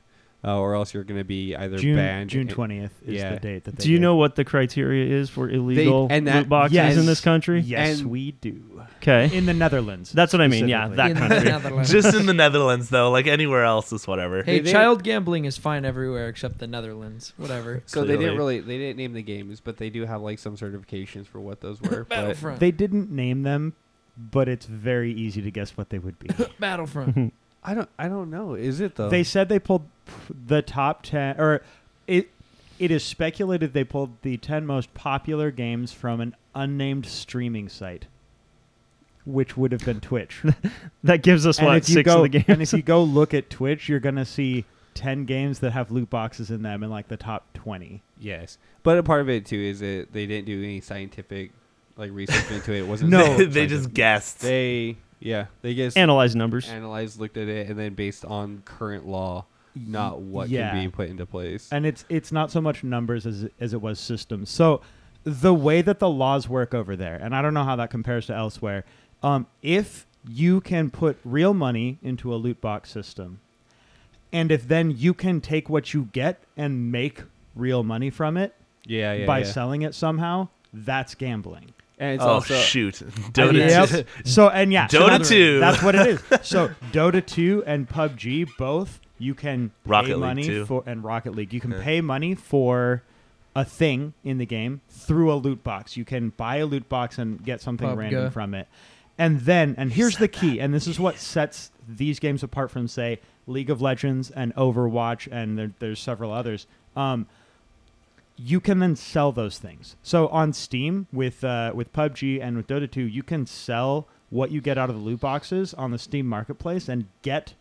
B: uh, or else you're going to be either
G: June
B: banned."
G: June
B: and-
G: twentieth is
B: yeah.
G: the date that they
C: Do you
G: gave.
C: know what the criteria is for illegal
B: and that-
C: loot boxes
G: Yes.
C: in this country?
G: Yes,
B: And-
G: we do.
C: Okay,
G: In the Netherlands.
C: that's what I mean. Yeah,
G: specifically.
C: that
E: in the
C: country.
E: Netherlands.
D: Just in the Netherlands though, like anywhere else is whatever.
E: Hey,
B: They- they-
E: child gambling is fine everywhere except the Netherlands. Whatever.
B: So they didn't really
D: Clearly.
B: they didn't name the games, but they do have like some certifications for what those were. but
E: Battlefront.
G: They didn't name them, but it's very easy to guess what they would be.
E: Battlefront.
B: I don't I don't know. Is it though?
G: They said they pulled p- the top 10 or it it is speculated they pulled the 10 most popular games from an unnamed streaming site which would have been Twitch.
C: That gives us
G: and
C: what
G: if you
C: six
G: go
C: of the
G: and if
C: games.
G: you go look at Twitch, you're going to see 10 games that have loot boxes in them in like the top 20.
B: Yes, but a part of it too is that they didn't do any scientific like research into it. It wasn't
G: No.
D: they,
B: scientific.
D: they just guessed.
B: they yeah they just
C: Analyze numbers.
B: analyzed, looked at it, and then based on current law, not what
G: yeah.
B: can be put into place.
G: and it's it's not so much numbers as as it was systems. So the way that the laws work over there, and I don't know how that compares to elsewhere. Um, if you can put real money into a loot box system, and if then you can take what you get and make real money from it
B: yeah, yeah,
G: by
B: yeah.
G: selling it somehow, that's gambling.
B: and it's
D: oh
B: also
D: shoot, Dota
G: Yep.
D: two.
G: So and yeah, so
D: Dota
G: that's-
D: 2.
G: That's what it is. So Dota two and PUBG both you can pay
D: Rocket League
G: money
D: too.
G: for, and Rocket League you can pay money for a thing in the game through a loot box. You can buy a loot box and get something
E: PUBG.
G: random from it. And then and here's the key, and this is what sets these games apart from say League of Legends and Overwatch and there, there's several others. Um, you can then sell those things. So on Steam with uh, with PUBG and with Dota 2, you can sell what you get out of the loot boxes on the Steam marketplace and get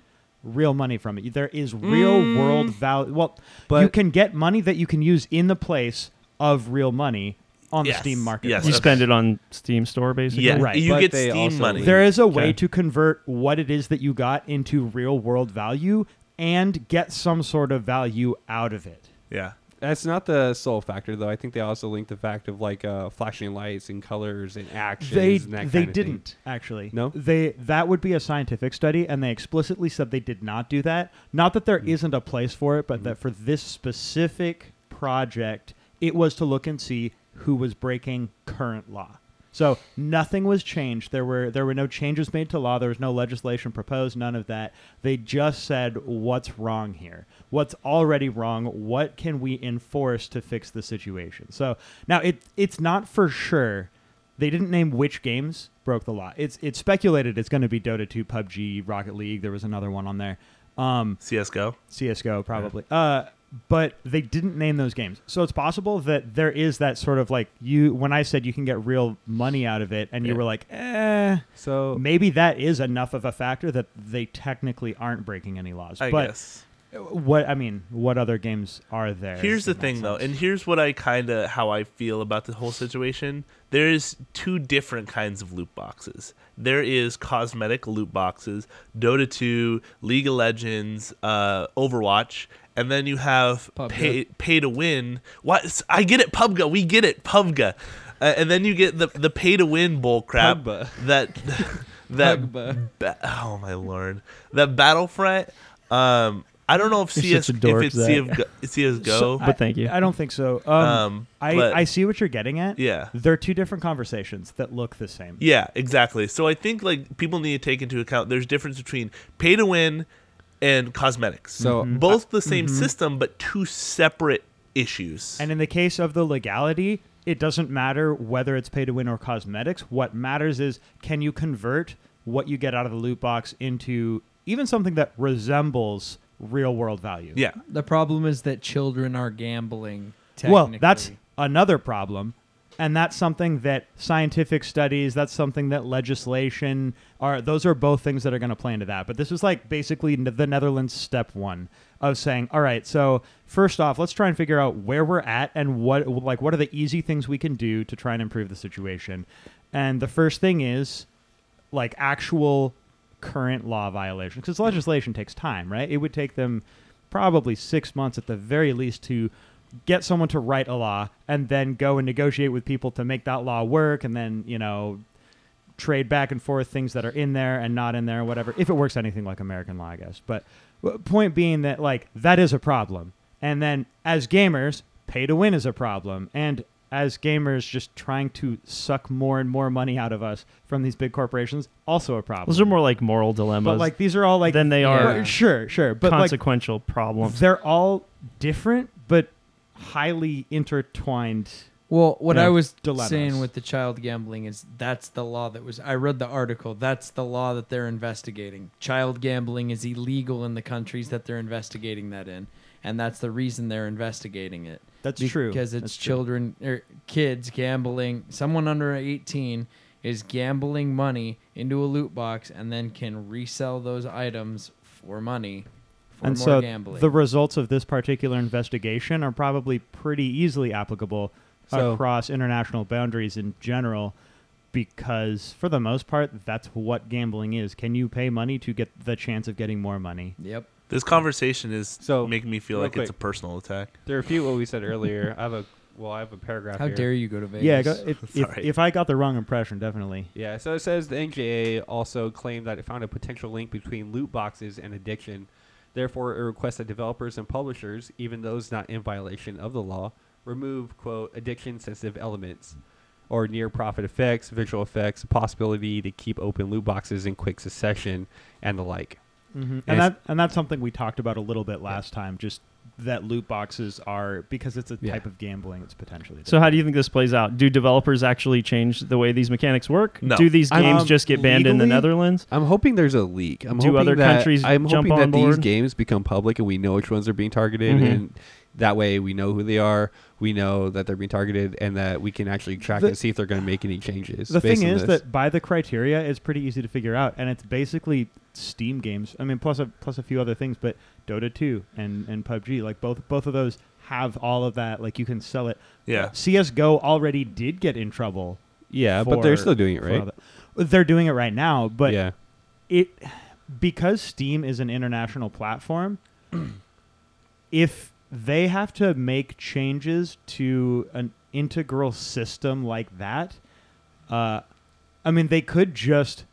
G: real money from it. There is real
D: Mm.
G: world value. Well,
B: But-
G: you can get money that you can use in the place of real money on
D: Yes,
G: the Steam
D: yes.
G: marketplace.
C: You spend it on Steam store, basically.
D: Yeah,
G: Right.
D: you
B: But
D: get
B: they
D: Steam
B: also-
D: money.
G: There is a way
C: Okay.
G: to convert what it is that you got into real world value and get some sort of value out of it.
D: yeah.
B: that's not the sole factor though. I think they also linked the fact of like uh, flashing lights and colors and actions.
G: they
B: and that
G: they
B: kind of thing.
G: didn't actually
B: No?
G: they that would be a scientific study and they explicitly said they did not do that not that there
B: Hmm.
G: not a place for it but that for this specific project it was to look and see who was breaking current law so nothing was changed there were there were no changes made to law there was no legislation proposed none of that they just said what's wrong here what's already wrong what can we enforce to fix the situation so now it it's not for sure they didn't name which games broke the law. It's it's speculated it's going to be Dota 2, PUBG, Rocket League. There was another one on there, um,
D: CS:GO.
G: CS:GO probably. Uh, but they didn't name those games, so it's possible that there is that sort of like you. When I said you can get real money out of it, and you
D: Yeah.
G: were like, eh,
B: So
G: maybe that is enough of a factor that they technically aren't breaking any laws.
D: I
G: but
D: guess.
G: what I mean, what other games are there?
D: Here's the
G: in that
D: thing, though,
G: sense?
D: and here's what I kind of how I feel about the whole situation. There's two different kinds of loot boxes. There is cosmetic loot boxes, Dota 2, League of Legends, uh, Overwatch, and then you have
E: PUBG.
D: pay pay to win. What I get it, PUBG. We get it, PUBG. Uh, and then you get the the pay to win bull crap
B: Pugba.
D: that that
B: Pugba.
D: ba- oh my lord that Battlefront. Um, I don't know if
C: You're
D: CS
C: such a
D: if
C: dork,
D: it's
C: Zach.
D: sea of Go- CS:GO,
G: So,
C: But thank you.
G: I, I don't think so. Um,
D: Um,
G: I,
D: but-
G: I see what you're getting at.
D: Yeah.
G: They're two different conversations that look the same.
D: Yeah, exactly. So I think like people need to take into account there's difference between pay to win and cosmetics.
B: So-
G: Mm-hmm.
B: Mhm.
D: both
G: Uh,
D: the same system but two separate issues.
G: And in the case of the legality, it doesn't matter whether it's pay to win or cosmetics. What matters is can you convert what you get out of the loot box into even something that resembles real world value.
D: Yeah.
E: The problem is that children are gambling.
G: Well, that's
E: technically.
G: another problem. And that's something that scientific studies, that's something that legislation are, those are both things that are going to play into that. But this was like basically n- the Netherlands step one of saying, all right, so first off, let's try and figure out where we're at and what, like, what are the easy things we can do to try and improve the situation. And the first thing is like actual current law violations because legislation takes time right it would take them probably six months at the very least to get someone to write a law and then go and negotiate with people to make that law work and then you know trade back and forth things that are in there and not in there, whatever. If it works anything like American law, I guess. But w- point being that like that is a problem. And then as gamers, pay to win is a problem. And as gamers, just trying to suck more and more money out of us from these big corporations, also a problem.
C: Those are more like moral dilemmas.
G: but like these are all like
C: than they
E: Yeah.
C: are
E: Right.
G: sure, sure, but like
C: consequential problems.
G: they're all different, but highly intertwined.
E: Well, what
G: you know,
E: I was
G: dilemmas.
E: saying with the child gambling is that's the law that was. I read the article. That's the law that they're investigating. Child gambling is illegal in the countries that they're investigating that in, and that's the reason they're investigating it.
G: That's true.
E: because it's
G: That's true.
E: children or kids gambling. Someone under eighteen is gambling money into a loot box and then can resell those items for money for
G: and
E: more
G: so
E: gambling.
G: the results of this particular investigation are probably pretty easily applicable
B: So-
G: across international boundaries in general because for the most part that's what gambling is can you pay money to get the chance of getting more money
E: yep.
D: This conversation is
B: So,
D: making me feel
B: real
D: like it's a
B: quick.
D: personal attack.
B: There are a few what we said earlier. I have a well, I have a paragraph.
E: How
B: here.
E: dare you go to Vegas?
G: yeah go, if, if,
D: Sorry.
G: if i got the wrong impression definitely
B: Yeah, so it says the NJA also claimed that it found a potential link between loot boxes and addiction. Therefore, it requests that developers and publishers, even those not in violation of the law, remove, quote, addiction sensitive elements or near profit effects, visual effects, possibility to keep open loot boxes in quick succession, and the like.
G: Mm-hmm.
B: And
G: And
B: it's-
G: that and that's something we talked about a little bit last time. Just that loot boxes are because it's a
B: Yeah.
G: type of gambling. It's potentially
C: So how do you think this plays out? Do developers actually change the way these mechanics work?
D: No.
C: Do these
B: Um,
C: games just get banned in the
B: legally?
C: Netherlands?
B: I'm hoping there's a leak. I'm
C: Do
B: hoping
C: other
B: that,
C: countries
B: I'm
C: jump
B: hoping
C: on
B: that these
C: board?
B: games become public and we know which ones are being targeted,
G: Mm-hmm.
C: Mhm.
B: and that way we know who they are. We know that they're being targeted, and that we can actually track
G: The-
B: and see if they're going to make any changes.
G: the
B: based
G: thing
B: on
G: is
B: this.
G: that by the criteria, it's pretty easy to figure out, and it's basically Steam games. I mean, plus a plus a few other things, but Dota two and and PUBG, like both both of those have all of that. Like you can sell it.
D: Yeah.
G: CS:GO already did get in trouble.
B: yeah, but they're
G: for-
B: still doing it
G: for
B: right.
G: all that. They're doing it right now, but
B: yeah,
G: it because Steam is an international platform, if they have to make changes to an integral system like that, uh, I mean, they could just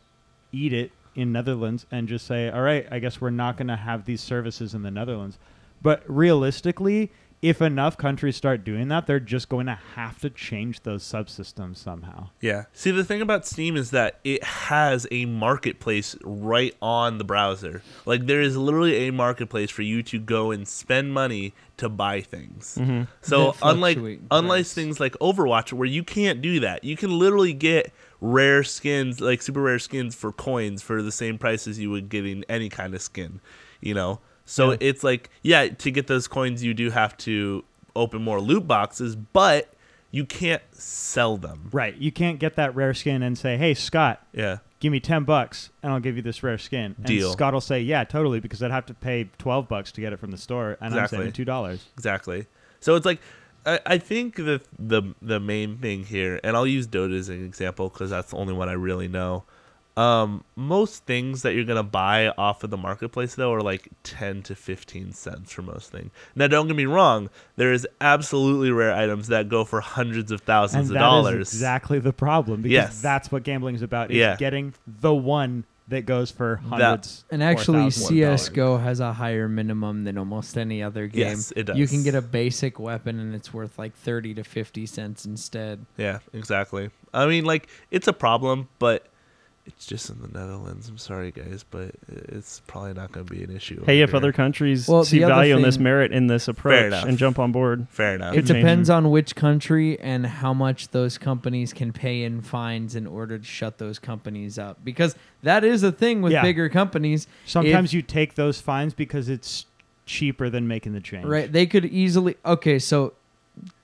G: eat it in Netherlands and just say, "All right, I guess we're not going to have these services in the Netherlands." But realistically, if enough countries start doing that, they're just going to have to change those subsystems somehow.
D: Yeah. See, the thing about Steam is that it has a marketplace right on the browser. Like, there is literally a marketplace for you to go and spend money to buy things. So,
E: That
D: unlike
E: fluctuate in
D: unlike
E: price.
D: things like Overwatch, where you can't do that, you can literally get rare skins, like super rare skins, for coins for the same price as you would getting any kind of skin. You know. So it's like, yeah, to get those coins, you do have to open more loot boxes, but you can't sell them.
G: Right? You can't get that rare skin and say, "Hey, Scott,
D: Yeah.
G: give me 10 bucks and I'll give you this rare skin. And
D: Deal.
G: Scott will say, yeah, totally, because I'd have to pay 12 bucks to get it from the store and
D: Exactly.
G: I'm saving $2.
D: exactly. So it's like, I, I think the the the main thing here, and I'll use Dota as an example because that's the only one I really know. Um, most things that you're gonna buy off of the marketplace though are like ten to fifteen cents for most things. Now, don't get me wrong, there is absolutely rare items that go for hundreds of
G: And
D: thousands
G: that is
D: of dollars.
G: exactly the problem because
D: Yes.
G: that's what gambling is about, is
D: Yeah.
G: getting the one that goes for hundreds
E: And
G: or
E: actually,
G: thousands.
E: CS:GO has a higher minimum than almost any other game.
D: Yes, it
E: You
D: does.
E: can get a basic weapon, and it's worth like thirty to fifty cents instead.
D: Yeah, exactly. I mean, like it's a problem, but it's just in the Netherlands. I'm sorry, guys, but it's probably not gonna be an issue.
C: Hey,
D: over
C: if
D: here.
C: other countries
E: Well,
C: see
E: the other
C: value in this
E: thing-
C: merit in this approach
D: enough.
C: and jump on board,
D: fair enough,
E: It
C: Could change
E: depends
C: it.
E: on which country and how much those companies can pay in fines in order to shut those companies up, because that is a thing with
G: Yeah.
E: bigger companies.
G: Sometimes you take those fines because it's cheaper than making the change.
E: Right. They could easily okay, so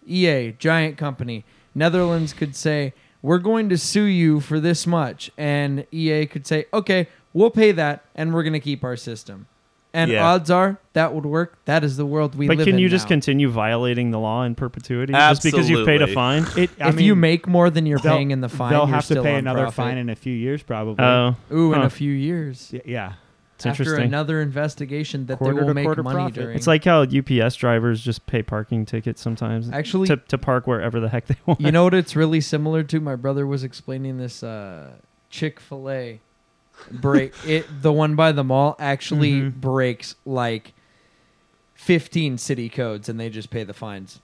E: EA, giant company, Netherlands could say, We're going to sue you for this much and EA could say, Okay, we'll pay that and we're gonna keep our system. And
D: Yeah.
E: odds are that would work. That is the world we
C: but
E: live in.
C: can you just
E: now.
C: continue violating the law in perpetuity just because you paid a
D: Absolutely.
C: fine?
G: It, I
E: if
G: mean,
E: you make more than you're
G: they'll-
E: paying in the fine,
G: they'll
E: you're
G: have to
E: still
G: pay
E: on
G: another
E: profit.
G: fine in a few years, probably.
C: Oh,
E: Ooh, in
C: Huh.
E: a few years.
G: Y- yeah.
C: it's
E: after
C: interesting.
E: another investigation that
G: Quarter
E: they
G: to
E: will make
G: quarter
E: money
G: profit.
E: during.
C: It's like how UPS drivers just pay parking tickets sometimes
E: actually,
C: to, to park wherever the heck they want.
E: you know what it's really similar to? My brother was explaining this uh, Chick Fil A break. it the one by the mall actually
C: Mm-hmm.
G: Mhm.
E: breaks like fifteen city codes, and they just pay the fines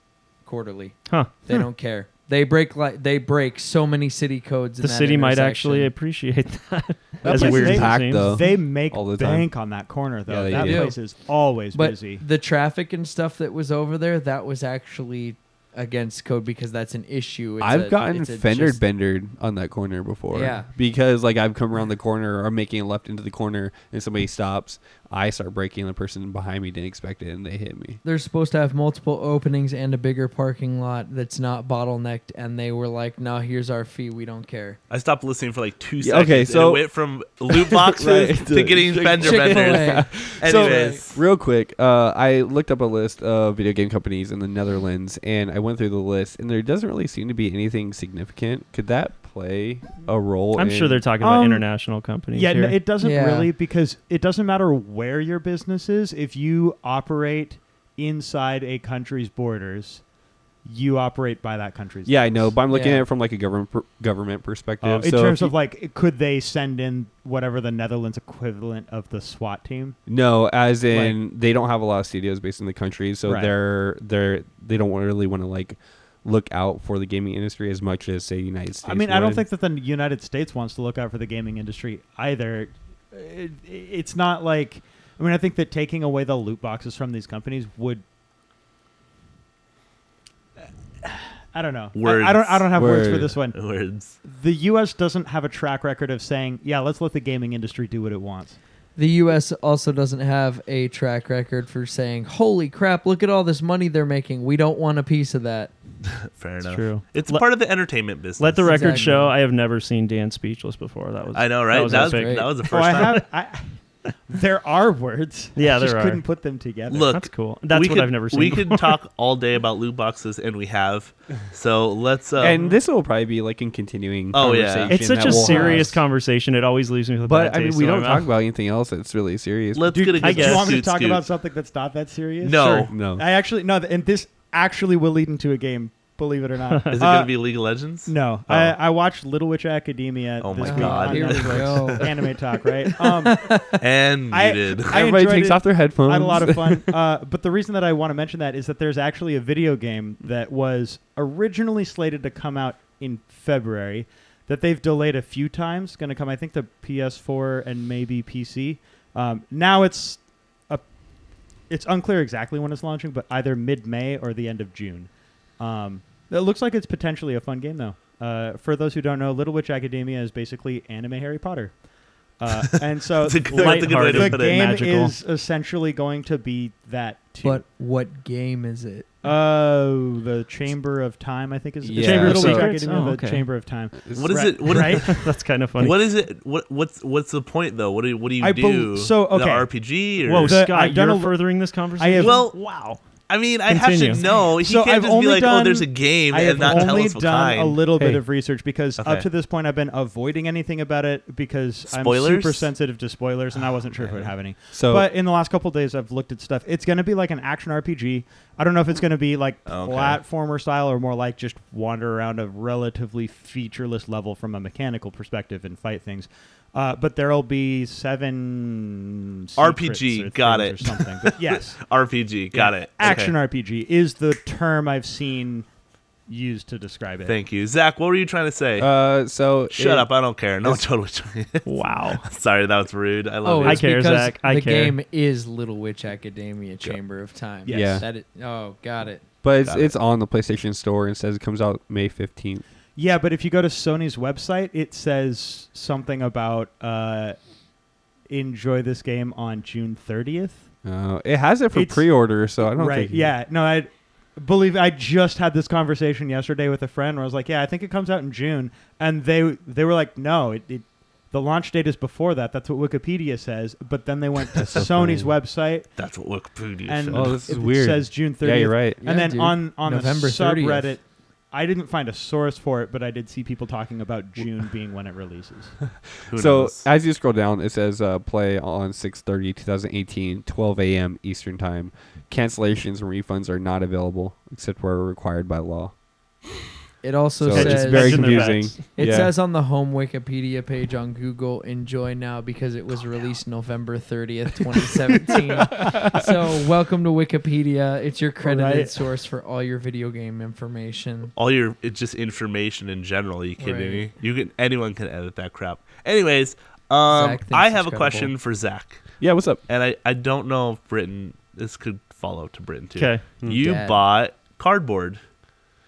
E: quarterly.
C: huh?
E: They don't care. They break like they break so many city codes. in
C: The
E: that
C: city might
E: intersection.
C: actually appreciate that.
B: That
C: as
G: place
C: weird
G: is
C: as it
B: packed,
C: seems.
B: though.
G: They make
B: All the time.
G: bank on that corner, though.
B: Yeah, they
G: that
E: do.
G: place is always
E: but
G: busy.
E: the traffic and stuff that was over there that was actually against code because that's an issue. It's
B: I've
E: a-
B: gotten
E: it's a
B: fendered
E: just-
B: bendered on that corner before.
E: Yeah.
B: Because like I've come around the corner or I'm making a left into the corner and somebody stops, I start braking and the person behind me didn't expect it and they hit me.
E: They're supposed to have multiple openings and a bigger parking lot that's not bottlenecked, and they were like, "No, here's our fee. We don't care."
D: I stopped listening for like two
B: Yeah,
D: seconds.
B: okay,
D: and
B: so-
D: it went from loot boxes
B: Right,
D: to
B: to
D: getting
B: Chick-
D: fender
E: Chick-fil-A.
D: benders. Anyways,
B: Real quick, uh, I looked up a list of video game companies in the Netherlands and I went through the list and there doesn't really seem to be anything significant. Could that play a role?
C: I'm
B: in-
C: sure they're talking about
G: Um,
C: international companies.
G: Yeah, no,
C: here.
G: it doesn't
E: Yeah.
G: really because it doesn't matter where your business is. If you operate inside a country's borders, you operate by that country's.
B: Yeah, I know, but I'm looking
E: Yeah.
B: at it from like a government per- government perspective.
G: laws. Uh, in
B: So
G: terms
B: if you-
G: of like, could they send in whatever the Netherlands equivalent of the SWAT team?
B: No, as in they don't have a lot of studios based in the country, so
G: Right.
B: they're they're they don't wanna really want to like look out for the gaming industry as much as say the United States.
G: I mean, I don't
B: would.
G: think that the United States wants to look out for the gaming industry either. It, it's not like, I mean, I think that taking away the loot boxes from these companies would. I don't know. I- I, don't. I don't have words for
B: Word.
G: this one.
D: words.
G: The U.S. doesn't have a track record of saying, "Yeah, let's let the gaming industry do what it wants."
E: The U.S. also doesn't have a track record for saying, "Holy crap! Look at all this money they're making. We don't want a piece of that."
D: Fair
C: It's
D: enough.
C: true.
D: It's
C: Let-
D: part of the entertainment business.
C: Let the record
E: Exactly.
C: show. I have never seen Dan speechless before. That was
D: I know, right? That was,
C: epic.
E: great.
D: that was the first
G: Oh, I
D: time.
G: have. I, there are words.
C: Yeah,
G: I just
C: there are.
G: couldn't put them together.
D: Look,
C: That's cool. That's
D: we
C: what
D: could-
C: I've never seen.
D: We
C: before.
D: could talk all day about loot boxes, and we have. So let's. Um,
B: and this will probably be like in continuing.
D: Oh, yeah.
B: conversation
C: It's such
B: that
C: a
B: we'll
C: serious
B: have.
C: conversation. It always leaves me with a
B: But
C: bad
B: I mean,
C: taste
B: we
C: in my
B: don't talk
C: mouth.
B: about anything else that's really serious.
D: let's
G: Dude,
D: get a good
C: I guess.
G: Do you want me to
D: scoot,
G: talk
D: scoot.
G: about something that's not that serious?
D: No.
B: Sure. no.
G: I actually no, th- and this actually will lead into a game. Believe it or not,
D: Is it
G: Uh,
D: going to be League of Legends?
G: No,
D: Oh.
G: I, I watched Little Witch Academia.
D: Oh my
G: this week
D: God.
G: on
E: Here we
G: Netflix.
E: go.
G: Anime talk, right? Um,
D: And
G: I-
D: muted.
G: I-
B: Everybody
G: enjoyed
B: takes
G: it.
B: off their headphones.
G: I had a lot of fun. Uh, but the reason that I want to mention that is that there's actually a video game that was originally slated to come out in February that they've delayed a few times. Going to come, I think, to PS4 and maybe PC. Um, now it's a, it's unclear exactly when it's launching, but either mid-May or the end of June. Um, it looks like it's potentially a fun game, though. Uh, for those who don't know, Little Witch Academia is basically anime Harry Potter. Uh, and so
D: It's a good- that's a good way to
G: the
D: put it.
G: game
C: Magical.
G: is essentially going to be that too.
E: But what game is it?
G: Oh, the Chamber of Time, I think is
B: Yeah.
G: it's
B: Chamber of
G: Little Witch
C: Secrets?
G: Academia,
C: Oh,
G: the
C: okay.
G: Chamber of Time.
D: what is
G: Right,
D: it? What,
G: right?
C: That's kind of funny.
D: what is it? What what's what's the point though? What do you, what do you
G: I
D: do?
G: bel- so, okay.
D: the RPG or
C: Whoa,
G: The-
C: Scott,
G: I've done
C: you're
G: a-
C: furthering this
G: I
C: conversation.
G: have
D: Well,
G: wow.
D: I mean, I have
C: Continue.
D: to know. He
G: So
D: can't
G: I've
D: just
G: only
D: be like,
G: done-
D: "Oh, there's a game,"
G: I have
D: and not tell
G: only
D: us what
G: done
D: kind.
G: a little bit
B: Hey.
G: of research because up
D: Okay.
G: to this point I've been avoiding anything about it because I'm
D: Spoilers?
G: super sensitive to spoilers and I wasn't sure if it would have any.
B: So-
G: but in the last couple days I've looked at stuff. It's going to be like an action RPG. I don't know if it's going to be like
D: Okay.
G: platformer style or more like just wander around a relatively featureless level from a mechanical perspective and fight things. Uh, but there'll be seven
D: RPG,
G: secrets or
D: got
G: things
D: it.
G: or something. But yes,
D: RPG. Got it.
G: action
D: Okay.
G: RPG is the term I've seen used to describe it.
D: Thank you, Zach. What were you trying to say?
B: Uh, so
D: Shut
B: it-
D: up! I don't care. No, totally.
C: wow.
D: Sorry, that was rude. I
C: I
D: love you.
E: Oh, it's
C: care,
E: because
C: Zach. I
E: the
C: care.
E: game is Little Witch Academia Chamber of Time.
B: Yes. Yeah.
E: That it, oh, got it.
B: But it's,
D: Got it.
B: it's on the PlayStation Store and says it comes out May 15th.
G: Yeah, but if you go to Sony's website, it says something about uh, enjoy this game on June 30th.
B: Uh, it has it for
G: It's-
B: pre-order, so I don't
G: right.
B: think.
G: yeah. No, I believe I just had this conversation yesterday with a friend where I was like, "Yeah, I think it comes out in June," and they they were like, "No, it." it the launch date is before that. That's what Wikipedia says. But then they went to
B: so
G: Sony's
B: funny.
G: website
D: That's what Wikipedia
G: and
D: said.
B: Oh, this is
G: it
B: weird.
G: says June 30th.
B: Yeah, you're right.
E: Yeah,
G: and then
E: dude.
G: on on
E: November
G: the
E: 30th.
G: subreddit, I didn't find a source for it, but I did see people talking about June being when it releases.
D: Who
B: so
D: knows?
B: as you scroll down, it says uh, play on 6:30 2018, 12 a.m. Eastern time. Cancellations and refunds are not available except where required by law.
E: It also
B: So,
E: says
B: it's
C: says-
B: very
C: That's in their
B: confusing.
C: bets.
E: It
B: yeah.
E: says on the home Wikipedia page on Google, enjoy now because it was released November 30th, 2017. so, welcome to Wikipedia. It's your credited
G: Alright.
E: source for all your video game information.
D: all your it's just information in general. Are you kidding
E: Right.
D: me? You can anyone can edit that crap. Anyways, um,
E: thinks
D: I
E: it's
D: have a
E: credible.
D: question for Zach,
B: yeah, what's up?
D: and I I don't know if Britain this could follow to Britain too.
C: 'Kay.
D: you
E: Dad.
D: bought cardboard.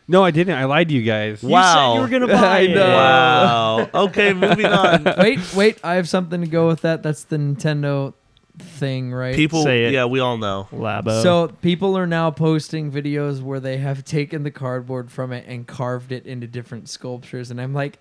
B: No, I didn't. I lied to you guys.
D: What? Wow.
C: You said you were gonna buy
B: I
C: it.
B: know.
D: Wow. okay, moving on.
E: wait, wait. I have something to go with that. That's the Nintendo thing, right?
D: People,
C: Say it.
D: yeah, we all know.
C: Labo.
E: So people are now posting videos where they have taken the cardboard from it and carved it into different sculptures, and I'm like,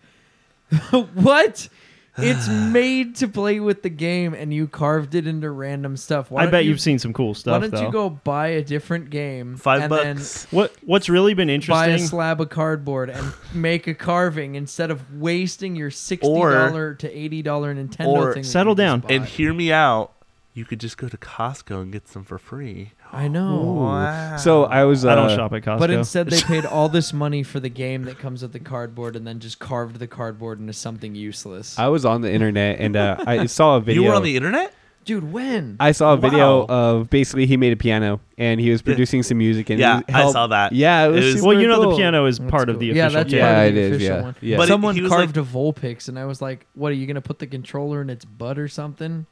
E: what? It's made to play with the game, and you carved it into random stuff. Why
C: I
E: don't
C: bet
E: you,
C: you, have seen some cool
E: Why
C: stuff.
E: don't
C: though.
E: you go buy a different game?
D: Five
E: and then
D: bucks.
C: What What's really been
E: Buy a
C: interesting?
E: slab of cardboard and make a carving instead of wasting your sixty
D: Or-
E: dollar to eighty dollar Nintendo
D: or-
E: thing. that
C: Settle
E: you just
C: down.
E: bought.
D: And hear me out. You could just go to Costco and get some for free.
E: I know.
D: Wow.
B: So I was. Uh,
C: I don't shop at Costco.
E: But instead, they paid all this money for the game that comes with the cardboard, and then just carved the cardboard into something useless.
B: I was on the internet and uh, I saw a video.
D: you were on the internet.
E: Dude, when?
B: I saw a video
D: Wow.
B: of basically he made a piano and he was producing some music and
D: Yeah,
B: he
D: I
B: helped-
D: saw that.
B: Yeah, it was,
D: It was-
C: well, you know
B: super
C: the
B: cool.
C: piano is
E: That's
C: part of
E: cool.
C: the
E: yeah,
C: official.
E: that's
B: Yeah,
E: part of
B: it
E: the
B: is,
E: official
B: yeah.
E: one.
B: Yeah.
D: But it-
E: Someone
D: he was
E: carved a Vulpix, and I was like, "What are you gonna put the controller in its butt or something?"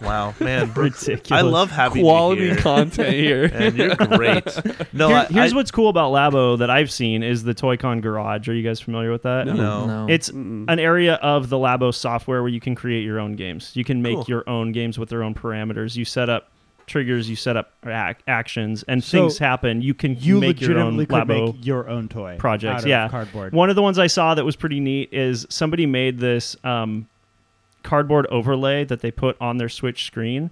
D: Wow, man, Brooks, I
C: Ridiculous.
D: love having you
B: quality
D: here.
B: content here.
D: and you're great. No,
C: Here-
D: I,
C: here's
D: I-
C: what's cool about Labo that I've seen is the ToyCon Garage. Are you guys familiar with that?
D: No.
E: No,
C: It's an area of the Labo software where you can create your own games. You can make
D: Cool.
C: your own games with their own parameters. You set up triggers, you set up ac- actions, and
G: So
C: things happen. You can
G: You
C: make your own
G: legitimately could
C: Labo
G: make your own toy
C: projects.
G: out of
C: yeah,
G: cardboard.
C: One of the ones I saw that was pretty neat is somebody made this um, cardboard overlay that they put on their Switch screen,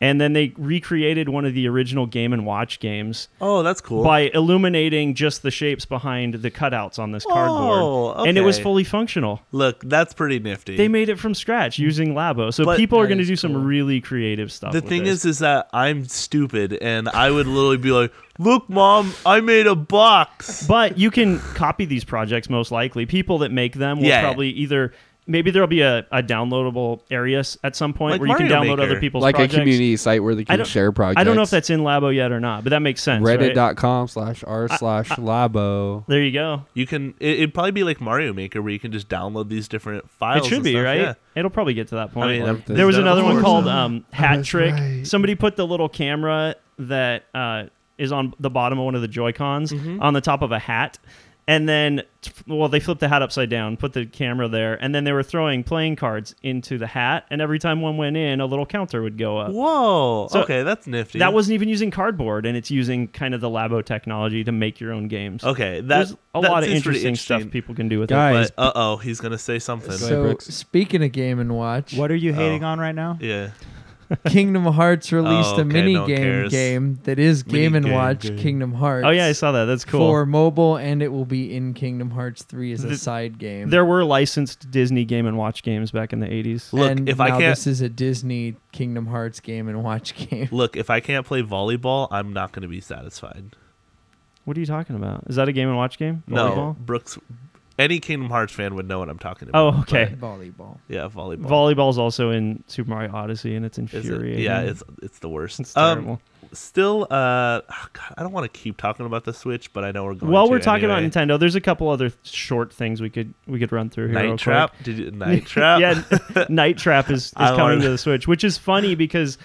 C: and then they recreated one of the original Game and Watch games
D: Oh, that's cool.
C: by illuminating just the shapes behind the cutouts on this cardboard,
D: Oh,
C: and it was
D: okay.
C: fully functional.
D: Look, that's pretty nifty.
C: They made it from scratch using Labo, so
D: But-
C: people are
E: That
C: going to
E: is
C: do some
E: cool.
C: really creative stuff.
D: the
C: with
D: thing
C: this.
D: is, is that I'm stupid, and I would literally be like, "Look, mom, I made a box."
C: But you can copy these projects most likely. People that make them will
D: Yeah.
C: probably either maybe there'll be a, a downloadable area s- at some point
D: Like
C: where you can
D: Mario
C: download
D: Maker.
C: other people's
B: like
C: projects.
B: a community site where they
C: I
B: can
C: don't-
B: share projects.
C: I don't know if that's in Labo yet or not, but that makes sense. right?
B: reddit.com slash r slash labo.
C: There you go.
D: You can. It, it'd probably be like Mario Maker, where you can just download these different files.
C: it should
D: and
C: be
D: stuff,
C: right.
D: yeah.
C: It'll probably get to that point.
D: I mean, I'm-
C: there was
D: Of
C: another one
D: course.
C: called um, Hat Trick. Somebody put the little camera that uh, is on the bottom of one of the Joy Cons
D: Mm-hmm.
C: on the top of a hat. And then, t- well, they flipped the hat upside down, put the camera there, and then they were throwing playing cards into the hat. And every time one went in, a little counter would go up.
D: Whoa.
C: So-
D: okay, that's nifty.
C: That wasn't even using cardboard, and it's using kind of the Labo technology to make your own games.
D: okay. That,
C: There's a
D: that
C: lot of
D: seems pretty
C: interesting stuff
D: interesting,
C: people can do with it.
B: Guys,
D: But uh oh, he's gonna say something.
B: Go ahead,
E: so
B: Brooks.
E: speaking of Game and Watch,
G: What are you hating on right now?
D: yeah.
E: Kingdom Hearts released
D: Oh,
E: a
D: okay,
E: mini
D: no one
E: game
D: cares.
E: game that is Game and
D: Minigame
E: Watch
D: game.
E: Kingdom Hearts.
C: Oh, yeah, I saw that. That's cool.
E: For mobile, and it will be in Kingdom Hearts three as a
C: Th-
E: side game.
C: There were licensed Disney Game and Watch games back in the 80s.
D: Look,
E: and
D: if I
E: now
D: can't
E: this is a Disney Kingdom Hearts Game and Watch game.
D: look, if I can't play volleyball, I'm not gonna be satisfied.
C: What are you talking about? Is that a Game and Watch game?
D: No, Brooks. Any Kingdom Hearts fan would know what I'm talking about.
C: Oh, okay.
E: Volleyball.
D: but yeah, volleyball.
C: Volleyball's also in Super Mario Odyssey, and it's
D: Is it?
C: infuriating.
D: Yeah, it's it's the worst.
C: It's
D: Um,
C: terrible.
D: still, uh, oh, God, I don't want to keep talking about the Switch, but I know we're going.
C: While
D: to
C: we're talking
D: anyway.
C: about Nintendo, there's a couple other short things we could we could run through here. real
D: Night
C: quick.
D: Trap, did you, Night Trap,
C: yeah, Night Trap is, is
D: I
C: coming
D: wanted-
C: to the Switch, which is funny because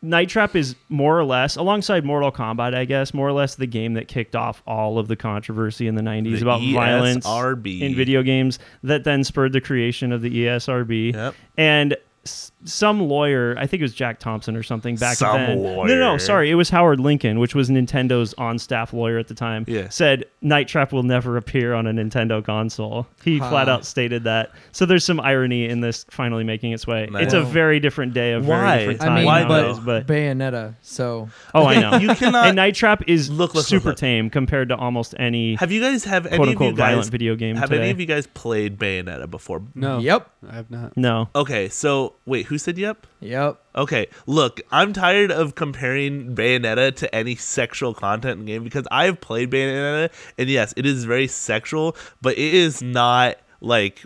C: Night Trap is more or less, alongside Mortal Kombat, I guess, more or less the game that kicked off all of the controversy in the 90s
D: The E
C: about violence
D: ESRB.
C: E in video games that then spurred the creation of the ESRB.
D: Yep.
C: And s- some lawyer, I think it was Jack Thompson or something back
D: Some
C: then. No, no,
D: lawyer.
C: no, sorry, it was Howard Lincoln, which was Nintendo's on-staff lawyer at the time.
D: Yeah.
C: said Night Trap will never appear on a Nintendo console. He
E: Huh.
C: flat out stated that. So there's some irony in this finally making its way.
D: Nice.
C: It's a
E: Well,
C: very different day of
D: why?
C: very different
D: I
C: time.
D: mean, Why
C: nowadays,
D: though?
C: but
E: Bayonetta. So
C: oh, I know.
D: You cannot-
C: And Night Trap is
D: Look, look, look,
C: super
D: look.
C: tame compared to almost any
D: Have you guys have any
C: quote
D: of you
C: unquote
D: guys
C: violent video game
D: have
C: today.
D: any of you guys played Bayonetta before?
C: Oh.
B: No.
E: Yep.
B: I have not.
C: no.
D: Okay, so wait, who said yep?
E: yep.
D: Okay, look, I'm tired of comparing Bayonetta to any sexual content in the game because I've played Bayonetta, and yes, it is very sexual, but it is not like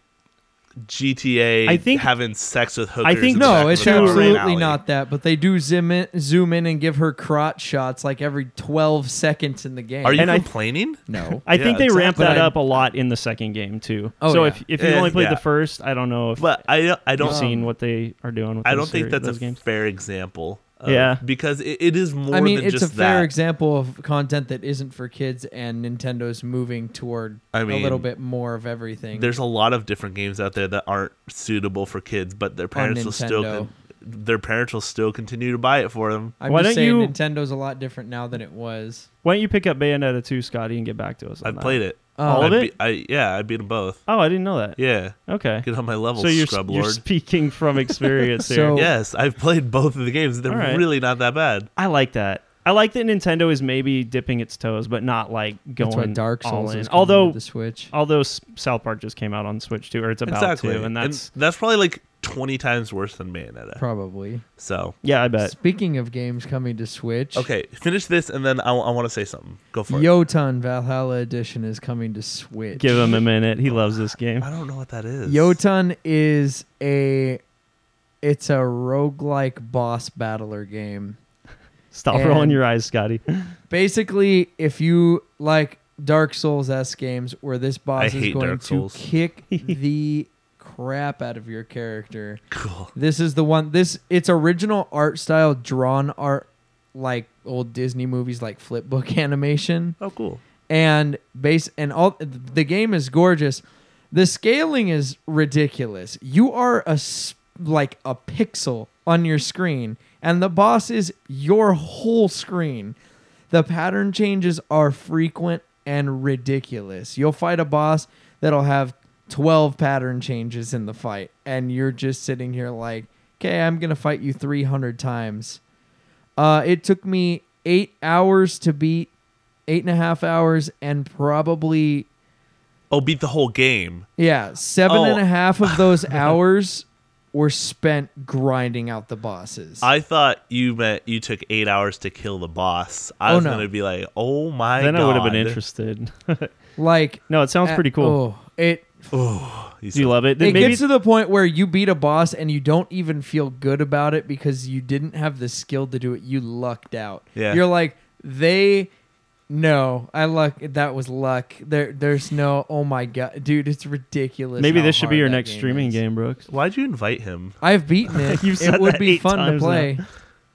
D: GTA
C: I think-
D: having sex with hookers.
C: I think-
D: in the back
E: No,
D: of
E: it's
D: a bar in an
E: absolutely
D: alley.
E: not that. But they do zoom in, zoom in and give her crotch shots like every 12 seconds in the game.
D: Are you
C: And I-
D: complaining?
E: No.
C: I think
D: Yeah,
C: they ramped
D: exactly.
C: that
E: But I-
C: up a lot in the second game too.
E: Oh,
C: so
E: yeah.
C: if if you
D: Eh,
C: only played
D: yeah.
C: the first, I don't know if
D: but I I don't Um,
C: you've seen what they are doing with
D: I
C: those
D: don't think
C: seri-
D: that's a
C: those games.
D: fair example. of-
C: Yeah.
D: because it, it is more
E: I mean,
D: than
E: it's
D: just
E: a fair
D: that.
E: example of content that isn't for kids, and Nintendo's moving toward
D: I
E: a
D: mean,
E: little bit more of everything.
D: There's a lot of different games out there that aren't suitable for kids, but their parents will still
E: Nintendo.
D: con- their parents will still continue to buy it for them.
E: I'm
C: Why don't
E: just saying
C: you-
E: Nintendo's a lot different now than it was.
C: Why don't you pick up Bayonetta 2, Scotty, and get back to us? on
D: I've
C: that?
D: played it.
E: Oh.
C: All
E: Uh,
D: I
C: of
D: be-
C: it?
D: I yeah, I beat them both.
C: Oh, I didn't know that.
D: Yeah,
C: Okay.
D: get on my level,
C: So you're,
D: scrub
C: you're
D: lord.
C: speaking from experience
E: So-
C: here.
D: yes, I've played both of the games. They're
C: All right.
D: really not that bad.
C: I like that. I like that Nintendo is maybe dipping its toes, but not like going
E: That's why Dark
C: all
E: Souls
C: in.
E: is coming
C: although,
E: to the Switch.
C: although S- South Park just came out on Switch too, or it's about
D: exactly,
C: to, and that's
D: that's probably like twenty times worse than Bayonetta.
E: Probably.
D: so
C: yeah, I bet.
E: Speaking of games coming to Switch,
D: okay, finish this, and then I, want to say something. Go for it.
E: Yotan Valhalla Edition is coming to Switch.
C: Give him a minute. He loves this game.
D: I don't know what that is.
E: Yotan is a it's a roguelike boss battler game.
C: Stop
E: And-
C: rolling your eyes, Scotty.
E: Basically, if you like Dark Souls S games where this boss
D: I
E: is
D: hate
E: going
D: Dark
E: to
D: Souls.
E: kick the crap out of your character.
D: Cool.
E: This is the one this it's original art style drawn art like old Disney movies like flipbook animation.
D: Oh, cool.
E: and base and all the game is gorgeous. The scaling is ridiculous. You are a s- like a pixel on your screen and the boss is your whole screen. The pattern changes are frequent and ridiculous. You'll fight a boss that'll have 12 pattern changes in the fight and you're just sitting here like, "Okay, I'm going to fight you 300 times." Uh, it took me eight hours to beat, eight and a half hours, and probably
D: Oh, beat the whole game.
E: yeah, seven
D: Oh.
E: and a half of those hours were spent grinding out the bosses.
D: I thought you meant you took eight hours to kill the boss. I
E: Oh,
D: was
E: no.
D: gonna be like, oh my
C: then
D: god.
C: I would have been interested.
E: like
C: no, it sounds
E: uh,
C: pretty cool.
E: Oh, it
D: He
C: Do you
D: said-
C: love it? Then
E: it
C: maybe
E: gets to the point where you beat a boss and you don't even feel good about it because you didn't have the skill to do it. You lucked out.
D: Yeah.
E: You're like they. No, I luck. That was luck. There, there's no. Oh my god, dude, it's ridiculous.
C: maybe
E: how
C: this should be
E: hard
C: your
E: that
C: next streaming
E: is.
C: game, Brooks.
D: Why'd you invite him?
E: I've beaten it.
C: You've
E: it
C: said
E: would
C: that
E: be
C: eight
E: fun to
C: times now.
E: play.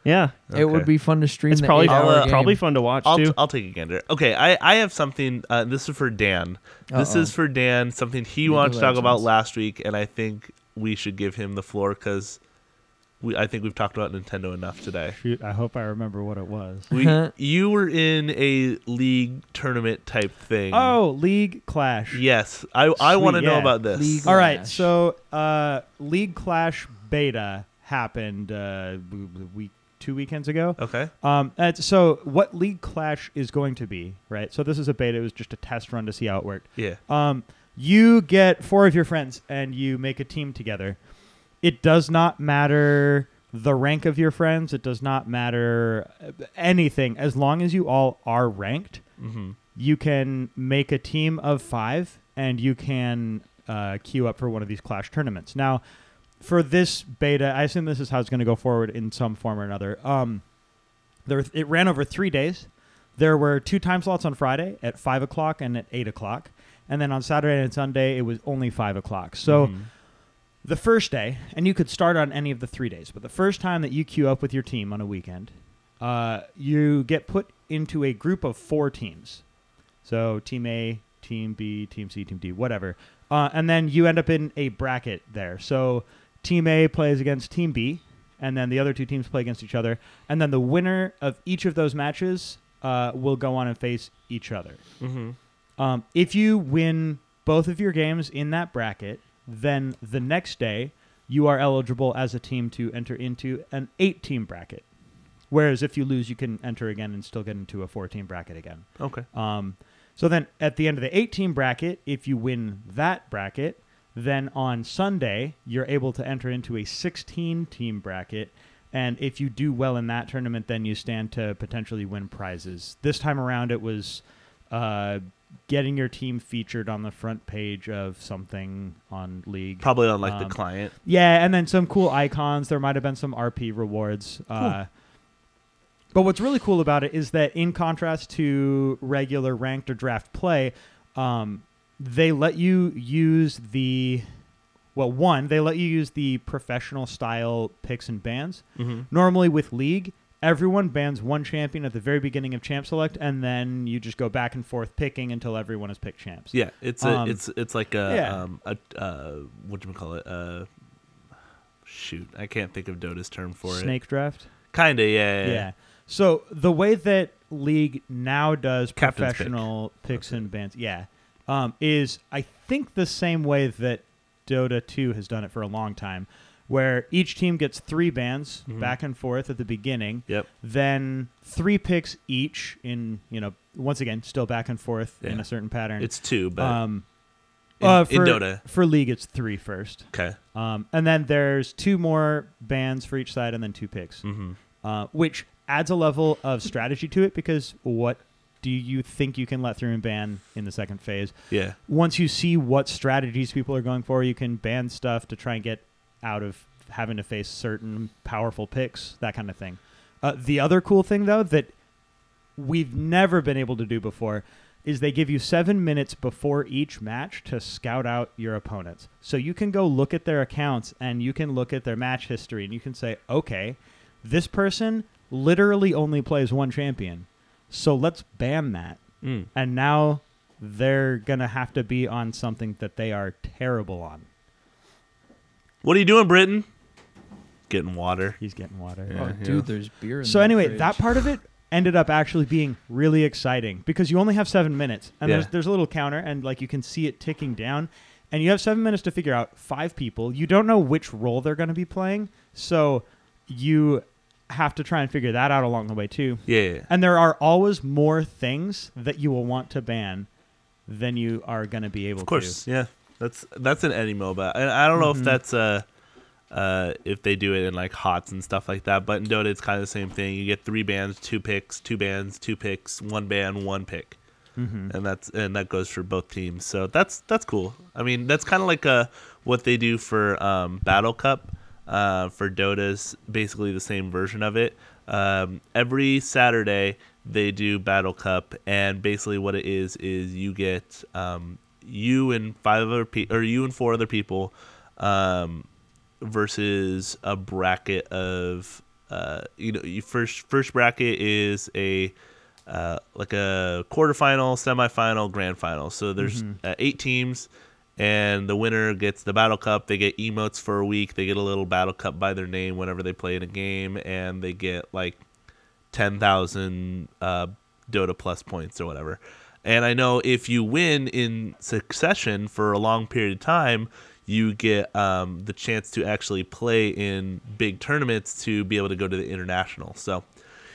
C: Yeah,
E: It would
D: Okay.
E: be fun to stream.
C: it's
E: the
C: probably
E: eight-hour
D: uh,
E: game.
C: probably fun to watch
D: I'll,
C: too.
D: I'll take a gander. Okay, I, I have something. Uh, this is for Dan. This
E: Uh-oh.
D: is for Dan. Something he
E: League of
D: wanted to talk about
E: Legends.
D: last week, and I think we should give him the floor because we I think we've talked about Nintendo enough today.
G: Shoot, I hope I remember what it was.
D: We you were in a league tournament type thing.
G: Oh, League Clash.
D: yes. I I want to
G: Sweet,
D: know
G: yeah.
D: about this.
E: League-
G: All right,
E: Clash.
G: so uh, League Clash beta happened uh, w- w- week two weekends ago.
D: Okay.
G: Um, and so what League Clash is going to be, right? So this is a beta. It was just a test run to see how it worked.
D: Yeah.
G: Um, you get four of your friends and you make a team together. It does not matter the rank of your friends. It does not matter uh, anything. As long as you all are ranked,
D: Mm-hmm.
G: you can make a team of five and you can uh, queue up for one of these Clash tournaments. Now, for this beta, I assume this is how it's going to go forward in some form or another. Um, there, it ran over three days. There were two time slots on Friday at five o'clock and at eight o'clock, and then on Saturday and Sunday it was only five o'clock. So the first day, and you could start on any of the three days, but the first time that you queue up with your team on a weekend, uh, you get put into a group of four teams. So team A, team B, team C, team D, whatever. Uh, and then you end up in a bracket there. So Team A plays against Team B, and then the other two teams play against each other, and then the winner of each of those matches uh, will go on and face each other. Um, if you win both of your games in that bracket, then the next day you are eligible as a team to enter into an eight-team bracket. Whereas if you lose, you can enter again and still get into a four-team bracket again.
D: Okay.
G: Um, so then at the end of the 18 bracket, if you win that bracket, then on Sunday, you're able to enter into a 16 team bracket. And if you do well in that tournament, then you stand to potentially win prizes. This time around, it was uh, getting your team featured on the front page of something on League.
D: Probably on like the
G: Um,
D: client.
G: Yeah, and then some cool icons. There might have been some RP rewards. Uh, but what's really cool about it is that, in contrast to regular ranked or draft play, um, they let you use the well, one, they let you use the professional style picks and bans.
D: Mm-hmm.
G: Normally with league, everyone bans one champion at the very beginning of champ select, and then you just go back and forth picking until everyone has picked champs.
D: Yeah, it's a,
G: Um,
D: it's it's like a
G: yeah.
D: um a uh what do you call it? Uh shoot, I can't think of Dota's term for it.
G: Snake draft.
D: Kind of, yeah.
G: Yeah. So the way that league now does
D: Captain's pick.
G: professional picks and bans, yeah, um, is I think the same way that Dota 2 has done it for a long time, where each team gets three bans
D: Mm-hmm.
G: back and forth at the beginning.
D: Yep.
G: Then three picks each in you know once again still back and forth in
D: Yeah.
G: a certain pattern.
D: It's two, but
G: um,
D: in,
G: uh,
D: in
G: for
D: Dota.
G: for league it's three first.
D: Okay.
G: Um, and then there's two more bans for each side, and then two picks, uh, which adds a level of strategy to it. Because what do you think you can let through and ban in the second phase?
D: Yeah.
G: Once you see what strategies people are going for, you can ban stuff to try and get out of having to face certain powerful picks, that kind of thing. Uh, the other cool thing, though, that we've never been able to do before is they give you seven minutes before each match to scout out your opponents. So you can go look at their accounts and you can look at their match history and you can say, okay, this person literally only plays one champion. So let's ban that. And now they're going to have to be on something that they are terrible on.
D: What are you doing, Britain? Getting water.
G: He's getting water.
E: Oh, dude, there's beer. In
G: So
E: that
G: anyway,
E: fridge.
G: that part of it ended up actually being really exciting because you only have seven minutes, and
D: Yeah.
G: there's there's a little counter, and like you can see it ticking down, and you have seven minutes to figure out five people. You don't know which role they're going to be playing, so you have to try and figure that out along the way too.
D: Yeah. yeah.
G: And there are always more things that you will want to ban than you are going to be able
D: Of course.
G: to.
D: Yeah. That's that's in any MOBA. And I don't know
G: Mm-hmm.
D: if that's uh uh if they do it in like HOTS and stuff like that, but in Dota it's kind of the same thing. You get three bans, two picks, two bans, two picks, one ban, one pick. And that's and that goes for both teams. So that's that's cool. I mean, that's kind of like uh what they do for um Battle Cup uh for Dota's basically the same version of it. Um every Saturday they do Battle Cup and basically what it is is you get um you and five other pe- or you and four other people um versus a bracket of uh you know you first first bracket is a uh like a quarterfinal semifinal grand final so there's uh, eight teams and the winner gets the battle cup they get emotes for a week they get a little battle cup by their name whenever they play in a game and they get like 10,000 uh, Dota plus points or whatever. And I know if you win in succession for a long period of time, you get um, the chance to actually play in big tournaments to be able to go to the international. So,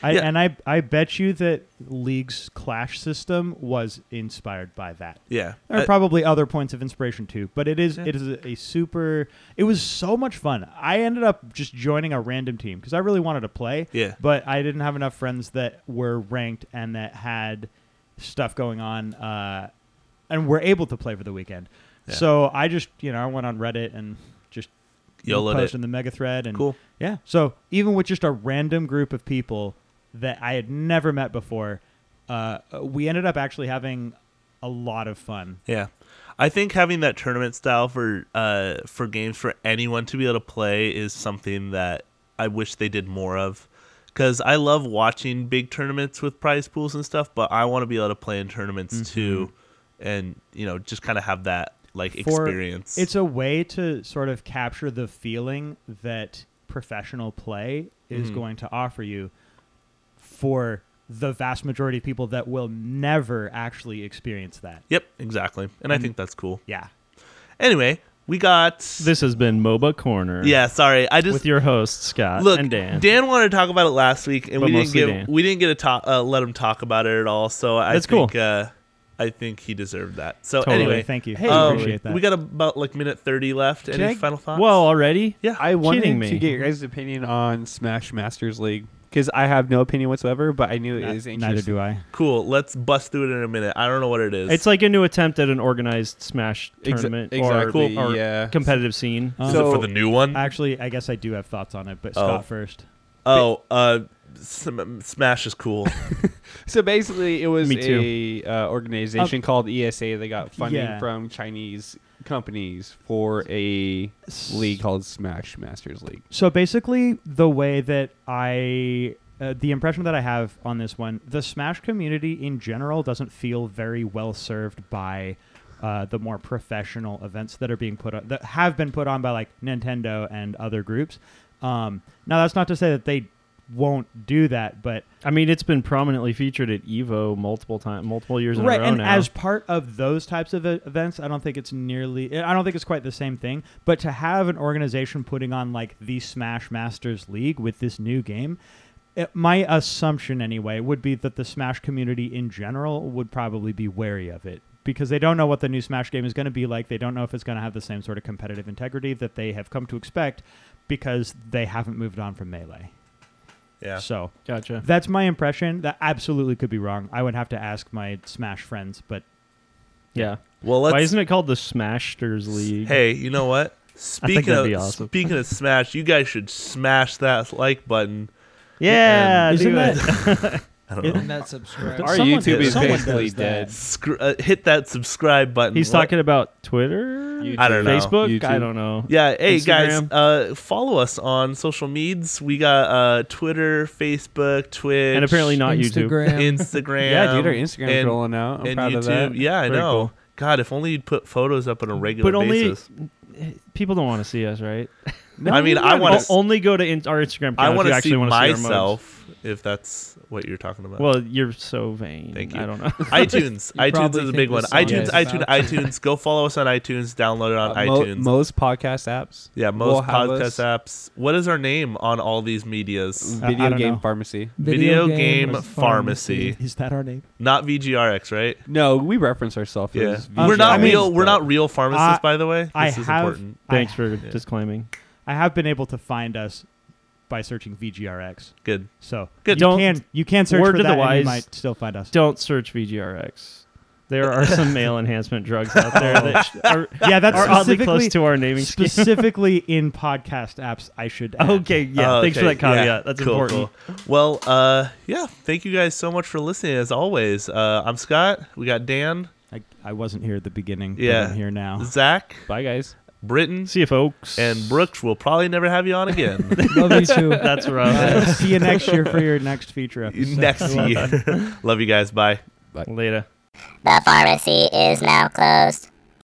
G: I,
D: Yeah.
G: And I I bet you that League's clash system was inspired by that.
D: yeah.
G: There are
D: Uh,
G: probably other points of inspiration too, but it is it is a, a super. It was so much fun. I ended up just joining a random team because I really wanted to play.
D: Yeah.
G: But I didn't have enough friends that were ranked and that had stuff going on, uh, and were able to play for the weekend.
D: Yeah.
G: So I just you know I went on Reddit and just
D: YOLO'd
G: posted
D: it.
G: in the mega thread and
D: Cool.
G: yeah. So even with just a random group of people that I had never met before, uh, we ended up actually having a lot of fun.
D: Yeah, I think having that tournament style for uh for games for anyone to be able to play is something that I wish they did more of. Because I love watching big tournaments with prize pools and stuff, but I want to be able to play in tournaments too, and you know just kind of have that like
G: for-
D: experience.
G: It's a way to sort of capture the feeling that professional play is
D: Mhm.
G: going to offer you for the vast majority of people that will never actually experience that.
D: yep, exactly, and I think that's cool.
G: Yeah.
D: Anyway, we got
C: This has been MOBA Corner.
D: Yeah, sorry, I just
C: With your hosts, Scott
D: look.
C: Uh, and Dan.
D: wanted to talk about it last week, and
C: But
D: we didn't
C: mostly
D: give
C: Dan.
D: we didn't get to talk, uh, let him talk about it at all. So I
C: That's cool.
D: think uh, I think he deserved that. So
C: Totally.
D: anyway,
G: thank you.
C: Hey,
G: I
D: um,
G: appreciate that.
D: We got about like minute thirty left.
B: Can
D: Any
B: I-
D: final thoughts?
C: Well, already?
D: yeah,
B: I wanted
C: Kidding me.
B: to get your guys' opinion on Smash Masters League because I have no opinion whatsoever, but I knew it is interesting.
G: Neither do I.
D: cool. Let's bust through it in a minute. I don't know what it is.
C: It's like a new attempt at an organized Smash
B: Exa-
C: tournament
B: exactly,
C: or, or
B: yeah.
C: competitive scene.
D: is
B: so-
D: it for the new one?
G: Um, Actually, I guess I do have thoughts on it, but
D: Oh.
G: Scott first.
D: oh, uh, Sm- Smash is cool.
B: So basically, it was
C: Me
B: a uh, organization called ESA. They got funding
G: Yeah.
B: from Chinese companies for a league called Smash Masters League.
G: So basically, the way that I, uh, the impression that I have on this one, the Smash community in general doesn't feel very well served by uh, the more professional events that are being put on, that have been put on by like Nintendo and other groups. Um, now, that's not to say that they won't do that, but
C: I mean, it's been prominently featured at Evo multiple times, multiple years in
G: right
C: a row
G: and
C: now.
G: as part of those types of e- events i don't think it's nearly eh, i don't think it's quite the same thing but to have an organization putting on like the smash masters league with this new game it, my assumption anyway would be that the smash community in general would probably be wary of it because they don't know what the new smash game is going to be like they don't know if it's going to have the same sort of competitive integrity that they have come to expect because they haven't moved on from melee
D: Yeah.
G: so
C: gotcha.
G: that's my impression. That absolutely could be wrong. I would have to ask my Smash friends, but
C: Yeah.
D: Well,
C: Why
D: let's.
C: isn't it called the Smashers League?
D: Hey, you know what? Speaking
C: that'd
D: of
C: be awesome.
D: speaking of Smash, you guys should smash that like button.
C: yeah,
G: isn't
C: do it.
G: that
D: I don't know.
E: And that subscribe.
B: Our
G: Someone-
B: YouTube is
G: someone
B: basically
G: does that.
B: dead.
D: Scr- uh, hit that subscribe button.
C: He's
D: Let-
C: talking about Twitter,
B: YouTube.
D: I don't know.
C: Facebook. I
B: YouTube.
C: don't know.
D: Yeah, hey
C: Instagram.
D: guys, uh, follow us on social medias. We got uh, Twitter, Facebook, Twitch,
C: and apparently not YouTube.
E: Instagram.
D: Instagram.
B: Yeah, dude, our Instagram's
D: and-
B: rolling out. I'm
D: and
B: proud
D: YouTube.
B: of that.
D: Yeah, I
C: Very
D: know.
C: cool.
D: God, if only you'd put photos up on a regular
C: But only
D: basis.
C: people don't want to see us, right?
D: I mean, I want
C: O-
D: to.
C: only go to in- our Instagram. Account
D: I want to
C: actually
D: see
C: want to See our mugs.
D: myself if that's what you're talking about.
C: well, you're so vain.
D: Thank you.
C: I don't know.
D: iTunes,
E: You
D: iTunes
E: probably
D: is a
E: think
D: big one.
E: this song
D: iTunes,
E: is
D: iTunes,
E: about-
D: iTunes. Go follow us on iTunes. Download it on
B: Uh, Mo-
D: iTunes.
B: most podcast apps.
D: yeah, most
B: will have
D: podcast
B: us
D: apps. What is our name on all these medias?
G: Uh, I
B: Video
G: don't
B: game
G: know.
B: pharmacy.
D: Video game pharmacy.
G: is that our name?
D: Not VGRX, right?
B: No, we reference ourselves.
D: Yeah,
B: as
G: Um,
D: we're
B: VGRX,
D: not
G: I mean-
D: real. We're
B: but-
D: not real pharmacists,
G: I-
D: by the way. This
G: I
D: is
G: have
D: important.
C: Thanks
G: I,
C: for disclaiming.
G: I have been able to find us by searching VGRX.
D: Good.
G: So
D: Good.
G: you
C: Don't-
G: can you can search
C: word
G: for
C: to the
G: that and
C: wise-
G: you might still find us.
C: Don't search VGRX. There are some male enhancement drugs out there that are,
G: yeah,
D: Oh.
G: that's
C: Oh, are oddly
G: specifically
C: close to our naming scheme.
G: specifically in podcast apps. I should. Add.
C: Okay, yeah.
D: Oh,
C: Thanks for
D: okay.
C: that caveat.
D: Yeah.
C: That's
D: Cool,
C: important.
D: cool. Well, uh, yeah. Thank you guys so much for listening. As always, uh, I'm Scott. We got Dan,
G: I, I wasn't here at the beginning.
D: Yeah.
G: but I'm here now.
D: Zach,
B: Bye, guys.
D: Britton,
C: Uh-huh. See you, folks.
D: and Brooks. We'll probably never have you on again.
E: Love you too.
C: That's rough.
G: Uh, see you next year for your next feature episode.
D: Next year. Love you guys. Bye.
C: Later.
F: The pharmacy is now closed.